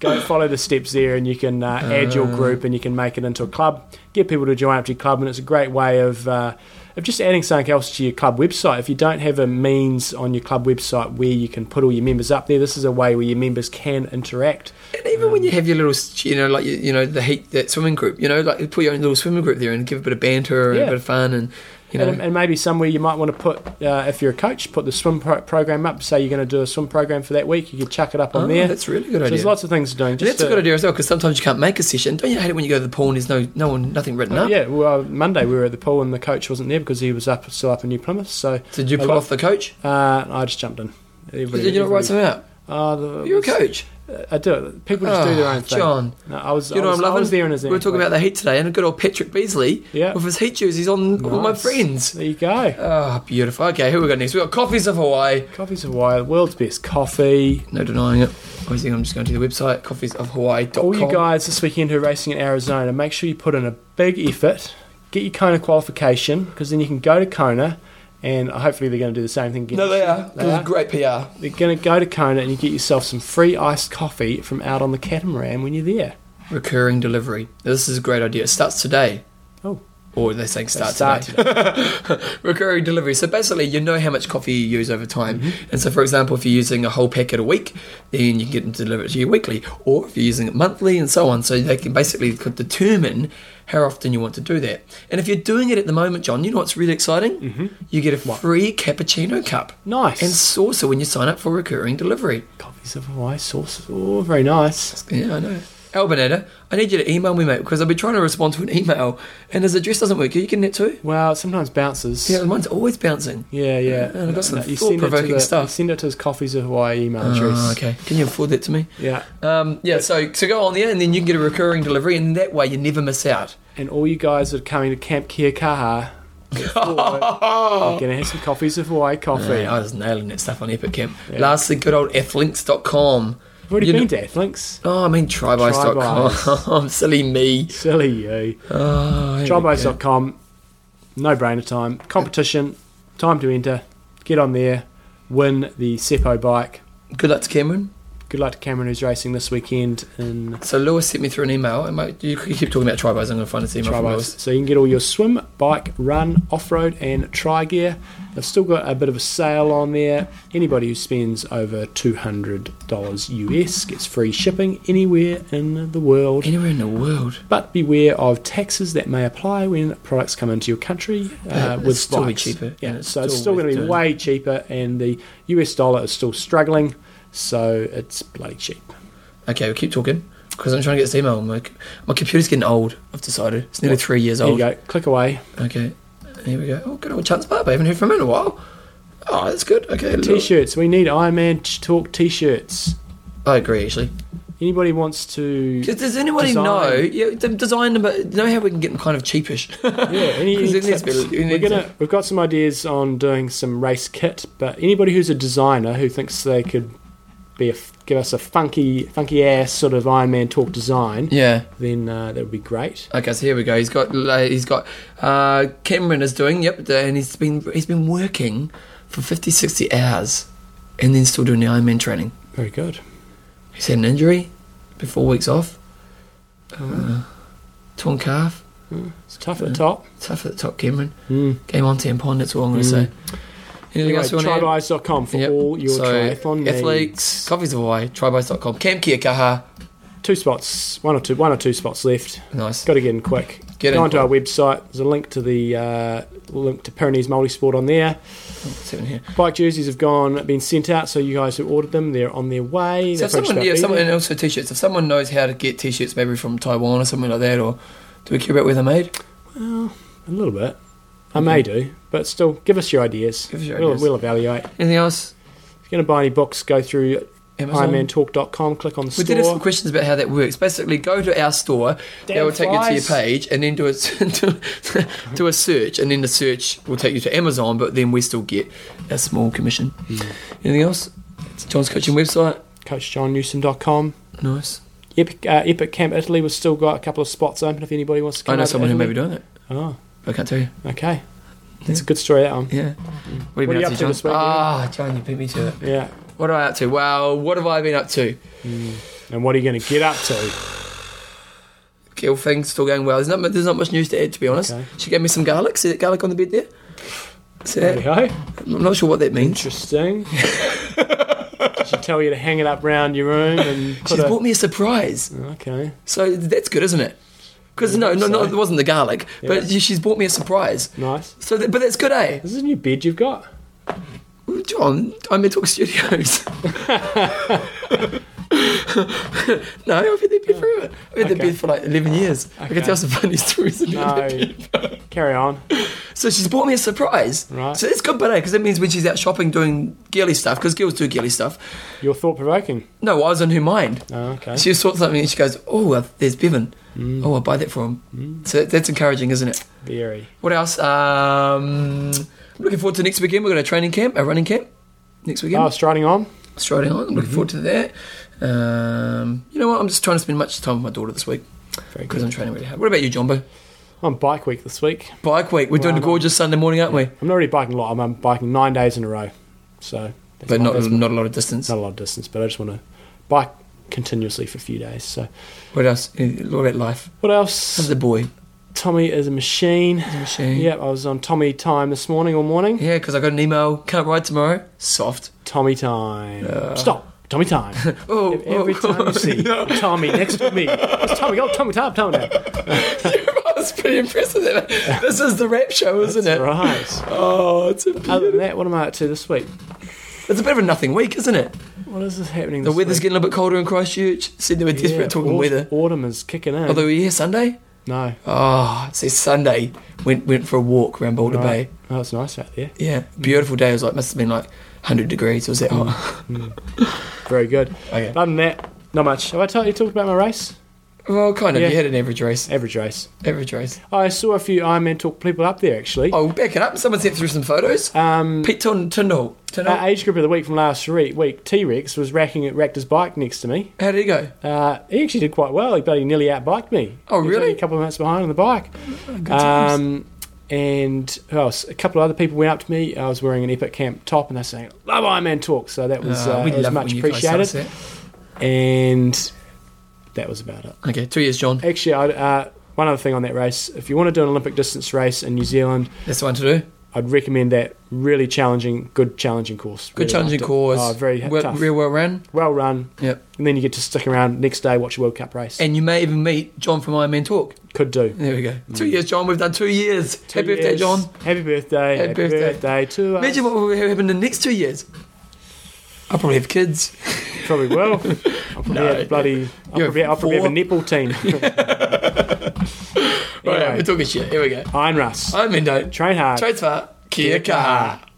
Speaker 2: go follow the steps there and you can uh, add your group and you can make it into a club get people to join up to your club and it's a great way of uh, of just adding something else to your club website if you don't have a means on your club website where you can put all your members up there this is a way where your members can interact
Speaker 1: And even when you
Speaker 2: Um,
Speaker 1: have your little, s- you know, like you, you know, the heat that swimming group, you know, like you put your own little swimming group there and give a bit of banter and
Speaker 2: Yeah.
Speaker 1: a bit of fun, and you know,
Speaker 2: and, and maybe somewhere you might want to put uh, if you're a coach put the swim pro- program up say you're going to do a swim program for that week you could chuck it up on
Speaker 1: Oh,
Speaker 2: there
Speaker 1: that's a really good
Speaker 2: so
Speaker 1: idea.
Speaker 2: there's lots of things doing
Speaker 1: And
Speaker 2: just uh,
Speaker 1: that's a
Speaker 2: to-
Speaker 1: good idea as well because sometimes you can't make a session. Don't you hate it when you go to the pool and there's no, no one, nothing written up?
Speaker 2: Oh, yeah well uh, monday we were at the pool and the coach wasn't there because he was up still up in new plymouth so
Speaker 1: So did you
Speaker 2: A
Speaker 1: pull
Speaker 2: lot-
Speaker 1: off the coach?
Speaker 2: Uh, I just jumped in. Everybody,
Speaker 1: Did you not write something out?
Speaker 2: Oh, the- uh,
Speaker 1: You're a coach.
Speaker 2: I do it. People just do their
Speaker 1: Ah,
Speaker 2: own thing.
Speaker 1: John.
Speaker 2: No, I was.
Speaker 1: You know what
Speaker 2: I was,
Speaker 1: I'm loving?
Speaker 2: I was there in his.
Speaker 1: We were talking about the heat today, and a good old Patrick Beasley
Speaker 2: Yeah.
Speaker 1: with his heat shoes. He's on with my
Speaker 2: Nice.
Speaker 1: friends.
Speaker 2: There you go.
Speaker 1: Ah, beautiful. Okay, who we got next? We got Coffees of Hawaii.
Speaker 2: Coffee's Hawaii, the world's best coffee.
Speaker 1: No denying it. Obviously, I'm just going to the website, coffeesofhawaii.com.
Speaker 2: All Oh, you guys this weekend who are racing in Arizona, make sure you put in a big effort. Get your Kona qualification because then you can go to Kona, and hopefully they're going to do the same thing again.
Speaker 1: No, they are.
Speaker 2: They
Speaker 1: This is
Speaker 2: are.
Speaker 1: great PR.
Speaker 2: They're going to go to Kona and you get yourself some free iced coffee from out on the catamaran when you're there.
Speaker 1: Recurring delivery. This is a great idea. It starts today.
Speaker 2: Oh.
Speaker 1: Or they're saying
Speaker 2: They
Speaker 1: start,
Speaker 2: start
Speaker 1: today. Recurring delivery. So basically, you know how much coffee you use over time.
Speaker 2: Mm-hmm.
Speaker 1: And so, for example, if you're using a whole packet a week, then you can get them to deliver it to you weekly. Or if you're using it monthly and so on. So they can basically could determine how often you want to do that. And if you're doing it at the moment, John, you know what's really exciting? Mm-hmm. You get a free cappuccino cup
Speaker 2: Nice.
Speaker 1: and saucer when you sign up for recurring delivery.
Speaker 2: Coffees of Hawaii sauce. Oh, very nice.
Speaker 1: Yeah, I know. Albinator, I need you to email me, mate, because I've been trying to respond to an email and his address doesn't work. Are you getting it too?
Speaker 2: Well, it sometimes bounces.
Speaker 1: Yeah, mine's always bouncing.
Speaker 2: yeah. yeah.
Speaker 1: And I've got some
Speaker 2: you send it to
Speaker 1: thought-provoking
Speaker 2: the-
Speaker 1: stuff.
Speaker 2: you Send it to his Coffees of Hawaii email address.
Speaker 1: Oh, okay. Can you afford that to me?
Speaker 2: Yeah.
Speaker 1: Um, yeah, so, so go on there and then you can get a recurring delivery and that way you never miss out.
Speaker 2: And all you guys that are coming to Camp Kia Kaha, get forward. you're going to have some Coffees of Hawaii coffee.
Speaker 1: Man, Oh. I was nailing that stuff on Epic Camp.
Speaker 2: Yeah.
Speaker 1: Lastly, good old athlinks.com.
Speaker 2: I've already
Speaker 1: you
Speaker 2: been
Speaker 1: know-
Speaker 2: to Athlinks.
Speaker 1: Oh, I mean, trybuys.com. Silly me.
Speaker 2: Silly you.
Speaker 1: Oh, here we go.
Speaker 2: Trybuys.com. No brainer time. Competition. Time to enter. Get on there. Win the Seppo bike.
Speaker 1: Good luck to Cameron.
Speaker 2: Good luck to Cameron who's racing this weekend in
Speaker 1: So Lewis sent me through an email. and mate, You keep talking about Trybuys. I'm going to find this email
Speaker 2: Tri
Speaker 1: from
Speaker 2: bikes.
Speaker 1: Lewis.
Speaker 2: So you can get all your swim, bike, run, off road, and tri gear. They've still got a bit of a sale on there. Anybody who spends over $200 US gets free shipping anywhere in the world.
Speaker 1: Anywhere in the world.
Speaker 2: But beware of taxes that may apply when products come into your country uh,
Speaker 1: But
Speaker 2: with
Speaker 1: it's still be
Speaker 2: bikes.
Speaker 1: cheaper,
Speaker 2: Yeah,
Speaker 1: and it's uh,
Speaker 2: so it's
Speaker 1: still
Speaker 2: still going
Speaker 1: worth
Speaker 2: to be
Speaker 1: doing.
Speaker 2: way cheaper, and the US dollar is still struggling, so it's bloody cheap.
Speaker 1: Okay, we keep talking because I'm trying to get this email. My, my computer's getting old. I've decided it's nearly three years
Speaker 2: There you
Speaker 1: old.
Speaker 2: go. Click away.
Speaker 1: Okay, here we go. Oh, good old Chance Barber. I haven't heard from him in a while. Oh, that's good. Okay, look.
Speaker 2: T-shirts. We need Iron Man Talk T-shirts.
Speaker 1: I agree actually.
Speaker 2: Anybody wants to?
Speaker 1: Does, does anybody
Speaker 2: Design.
Speaker 1: know? Yeah, d- design them, but know how we can get them kind of cheapish.
Speaker 2: Yeah, any,
Speaker 1: 'Cause
Speaker 2: any
Speaker 1: it needs
Speaker 2: tips?
Speaker 1: to be- it
Speaker 2: We're
Speaker 1: needs
Speaker 2: gonna. We've got some ideas on doing some race kit, but anybody who's a designer who thinks they could be a f give us a funky, funky ass sort of Iron Man talk design,
Speaker 1: yeah.
Speaker 2: then uh, that would be great.
Speaker 1: Okay, so here we go. He's got la- he's got uh, Cameron is doing yep, and he's been he's been working for 50, 60 hours, and then still doing the Ironman training.
Speaker 2: Very good.
Speaker 1: He's had an injury, been four weeks off.
Speaker 2: Mm.
Speaker 1: Uh, torn calf.
Speaker 2: It's tough at the top.
Speaker 1: Tough at the top, Cameron.
Speaker 2: Mm.
Speaker 1: Game on tampon. That's all I'm going to
Speaker 2: Mm.
Speaker 1: say. Anything
Speaker 2: Anyway,
Speaker 1: else you want to add?
Speaker 2: tribeyes.com for
Speaker 1: Yep.
Speaker 2: all your
Speaker 1: So,
Speaker 2: triathlon needs.
Speaker 1: Athletes, coffees of Hawaii, trybuys.com, Cam Kia Kaha.
Speaker 2: Two spots, one or two, one or two spots left.
Speaker 1: Nice.
Speaker 2: Got to get in quick.
Speaker 1: Get
Speaker 2: Go
Speaker 1: in.
Speaker 2: onto our website. There's a link to the uh, link to Pyrenees Multisport on there.
Speaker 1: Seven here.
Speaker 2: Bike jerseys have gone, been sent out. So you guys who ordered them, they're on their way.
Speaker 1: So
Speaker 2: They're
Speaker 1: if someone,
Speaker 2: probably
Speaker 1: yeah,
Speaker 2: just about
Speaker 1: someone,
Speaker 2: ready.
Speaker 1: and also t-shirts. If someone knows how to get t-shirts, maybe from Taiwan or something like that, or do we care about where they're made?
Speaker 2: Well, a little bit. I may do, but still, give us your ideas.
Speaker 1: Mm-hmm. Give us your
Speaker 2: we'll,
Speaker 1: ideas.
Speaker 2: we'll evaluate. If
Speaker 1: Anything else?
Speaker 2: you're going to buy any books, go through
Speaker 1: Amazon.
Speaker 2: ironmantalk.com, click on the
Speaker 1: we
Speaker 2: store.
Speaker 1: did have some questions about how that works. Basically, go to our store.
Speaker 2: Damn
Speaker 1: they will take you
Speaker 2: flies.
Speaker 1: to your page, and then do a do, do a search, and then the search will take you to Amazon. But then we still get a small commission.
Speaker 2: Hmm.
Speaker 1: Anything else? It's John's coaching website.
Speaker 2: CoachJohnNewsom.com.
Speaker 1: Nice.
Speaker 2: Epic, uh, Epic Camp Italy, we've still got a couple of spots open if anybody wants to come
Speaker 1: I know
Speaker 2: over to
Speaker 1: someone who may be
Speaker 2: Italy.
Speaker 1: doing it.
Speaker 2: Oh,
Speaker 1: but I can't tell you.
Speaker 2: okay. That's a good story, that one.
Speaker 1: Yeah. What have you
Speaker 2: Hmm. What are
Speaker 1: been up
Speaker 2: you up
Speaker 1: to,
Speaker 2: to
Speaker 1: John?
Speaker 2: this week,
Speaker 1: Ah, John, you beat me to it.
Speaker 2: Yeah.
Speaker 1: What am I up to? Well, what have I been up to?
Speaker 2: And what are you going to get up to?
Speaker 1: Kill things still going well. There's not mu- there's not much news to add, to be honest.
Speaker 2: Okay.
Speaker 1: She gave me some garlic. See that garlic on the bed there? See that?
Speaker 2: Righty-ho.
Speaker 1: I'm not sure what that means.
Speaker 2: Interesting. she tell you to hang it up round your room and put
Speaker 1: She's
Speaker 2: a,
Speaker 1: bought me a surprise.
Speaker 2: Okay.
Speaker 1: So that's good, isn't it? Because no, no, no,
Speaker 2: so.
Speaker 1: it wasn't the garlic, but
Speaker 2: Yeah.
Speaker 1: she's bought me a surprise.
Speaker 2: Nice.
Speaker 1: So, that, but that's good, eh?
Speaker 2: This is a new bed you've got.
Speaker 1: John, I'm in Talk Studios. no, I've had that bed forever. I've had that
Speaker 2: Okay.
Speaker 1: bed for like 11 years. I
Speaker 2: Okay.
Speaker 1: can tell some funny stories. in that
Speaker 2: No.
Speaker 1: bed.
Speaker 2: Carry on.
Speaker 1: So she's bought me a surprise.
Speaker 2: Right.
Speaker 1: So it's good, but because that means when she's out shopping doing girly stuff, because girls do girly stuff.
Speaker 2: You're thought provoking.
Speaker 1: No, I was in her mind.
Speaker 2: Oh, okay.
Speaker 1: She saw something and she goes, "Oh, uh, there's Bevan.
Speaker 2: Mm.
Speaker 1: Oh, I'll buy that for him." So that, that's encouraging, isn't it?
Speaker 2: Very.
Speaker 1: What else? Um, I'm looking forward to next weekend. We're going to training camp, a running camp next weekend.
Speaker 2: Oh, striding on.
Speaker 1: Straight on. I'm looking
Speaker 2: Mm-hmm.
Speaker 1: forward to that. Um, you know what? I'm just trying to spend much time with my daughter this week
Speaker 2: Very
Speaker 1: because
Speaker 2: good.
Speaker 1: I'm training really hard. What about you, Jumbo?
Speaker 2: I'm bike week this week.
Speaker 1: Bike week. We're doing
Speaker 2: Well,
Speaker 1: a gorgeous Sunday morning, aren't we?
Speaker 2: I'm not really biking a lot. I'm, I'm biking nine days in a row. So, that's
Speaker 1: But
Speaker 2: my-
Speaker 1: not
Speaker 2: that's my-
Speaker 1: not a lot of distance.
Speaker 2: not a lot of distance, but I just want to bike continuously for a few days. So,
Speaker 1: What else? What about life?
Speaker 2: what
Speaker 1: How's
Speaker 2: else?
Speaker 1: the boy?
Speaker 2: Tommy is a machine.
Speaker 1: Machine.
Speaker 2: Yep, I was on Tommy time this morning, all morning.
Speaker 1: Yeah, because I got an email. Can't ride tomorrow. Soft.
Speaker 2: Tommy time.
Speaker 1: Yeah.
Speaker 2: Stop. Tommy time.
Speaker 1: Oh,
Speaker 2: Ev- Every
Speaker 1: oh.
Speaker 2: time you see Tommy next to me, it's Tommy. Oh, Tommy time, Tommy time.
Speaker 1: that's pretty impressive. This is the rap show, isn't it?
Speaker 2: Right.
Speaker 1: Oh, it's a bit,
Speaker 2: Other than that, what am I up to this week?
Speaker 1: it's a bit of a nothing week, isn't it?
Speaker 2: What is this happening?
Speaker 1: The
Speaker 2: this
Speaker 1: weather's
Speaker 2: week?
Speaker 1: getting a little bit colder in Christchurch. Sydney, we're desperate
Speaker 2: Yeah,
Speaker 1: talking
Speaker 2: autumn,
Speaker 1: weather.
Speaker 2: Autumn is kicking in.
Speaker 1: Although we're here Sunday.
Speaker 2: no,
Speaker 1: Oh, see, Sunday went went for a walk around Boulder Bay.
Speaker 2: right. Oh, it's nice out there.
Speaker 1: Yeah, beautiful day. It was like must have been like 100 degrees. It was that
Speaker 2: Mm.
Speaker 1: hot.
Speaker 2: Very good.
Speaker 1: Okay.
Speaker 2: Other than that, not much. Have I told you talked about my race?
Speaker 1: Well, kind of.
Speaker 2: Yeah.
Speaker 1: You had an average race.
Speaker 2: Average race.
Speaker 1: Average race.
Speaker 2: I saw a few Ironman talk people up there actually.
Speaker 1: Oh, back it up. Someone sent through some photos.
Speaker 2: Um,
Speaker 1: Pete Tin- Tindall. Tindall.
Speaker 2: our age group of the week from last re- week, T Rex was racking it, racked his bike next to me.
Speaker 1: How did he go?
Speaker 2: Uh, he actually did quite well. He bloody nearly outbiked me.
Speaker 1: Oh,
Speaker 2: He was
Speaker 1: really?
Speaker 2: only A couple of minutes behind on the bike. Um, and who else? A couple of other people went up to me. I was wearing an Epic Camp top, and they're saying, "Love Iron Man Talk." So that was, uh,
Speaker 1: Ah, we
Speaker 2: it was
Speaker 1: love it
Speaker 2: much
Speaker 1: when you guys tell us
Speaker 2: appreciated. And that was about it.
Speaker 1: that. Okay, two years, John.
Speaker 2: Actually, I, uh, one other thing on that race: if you want to do an Olympic distance race in New Zealand,
Speaker 1: That's the one to do.
Speaker 2: I'd recommend that really challenging, good challenging course.
Speaker 1: Good
Speaker 2: Really
Speaker 1: challenging
Speaker 2: liked it.
Speaker 1: cause.
Speaker 2: Oh, very h-
Speaker 1: well,
Speaker 2: tough.
Speaker 1: Real well ran.
Speaker 2: well run,
Speaker 1: Yep.
Speaker 2: and then you get to stick around next day watch a World Cup race.
Speaker 1: And you may even meet John from Iron Man Talk.
Speaker 2: Could do.
Speaker 1: There we go. Two years, John. We've done two years.
Speaker 2: Mm. Two
Speaker 1: Happy birthday,
Speaker 2: years.
Speaker 1: John.
Speaker 2: Happy birthday.
Speaker 1: Happy
Speaker 2: Happy,
Speaker 1: birthday.
Speaker 2: birthday. to us.
Speaker 1: Imagine what will happen in the next two years. I'll probably have kids.
Speaker 2: Probably will. I'll probably
Speaker 1: No.
Speaker 2: have bloody. I'll
Speaker 1: You have
Speaker 2: probably, I'll probably have a
Speaker 1: four.
Speaker 2: nipple team.
Speaker 1: Right,
Speaker 2: Anyway,
Speaker 1: we're talking shit. Here we go.
Speaker 2: Iron Russ.
Speaker 1: I'm Mendo.
Speaker 2: Train hard.
Speaker 1: Trades for Kia
Speaker 2: Kia Kaha.
Speaker 1: Kaha.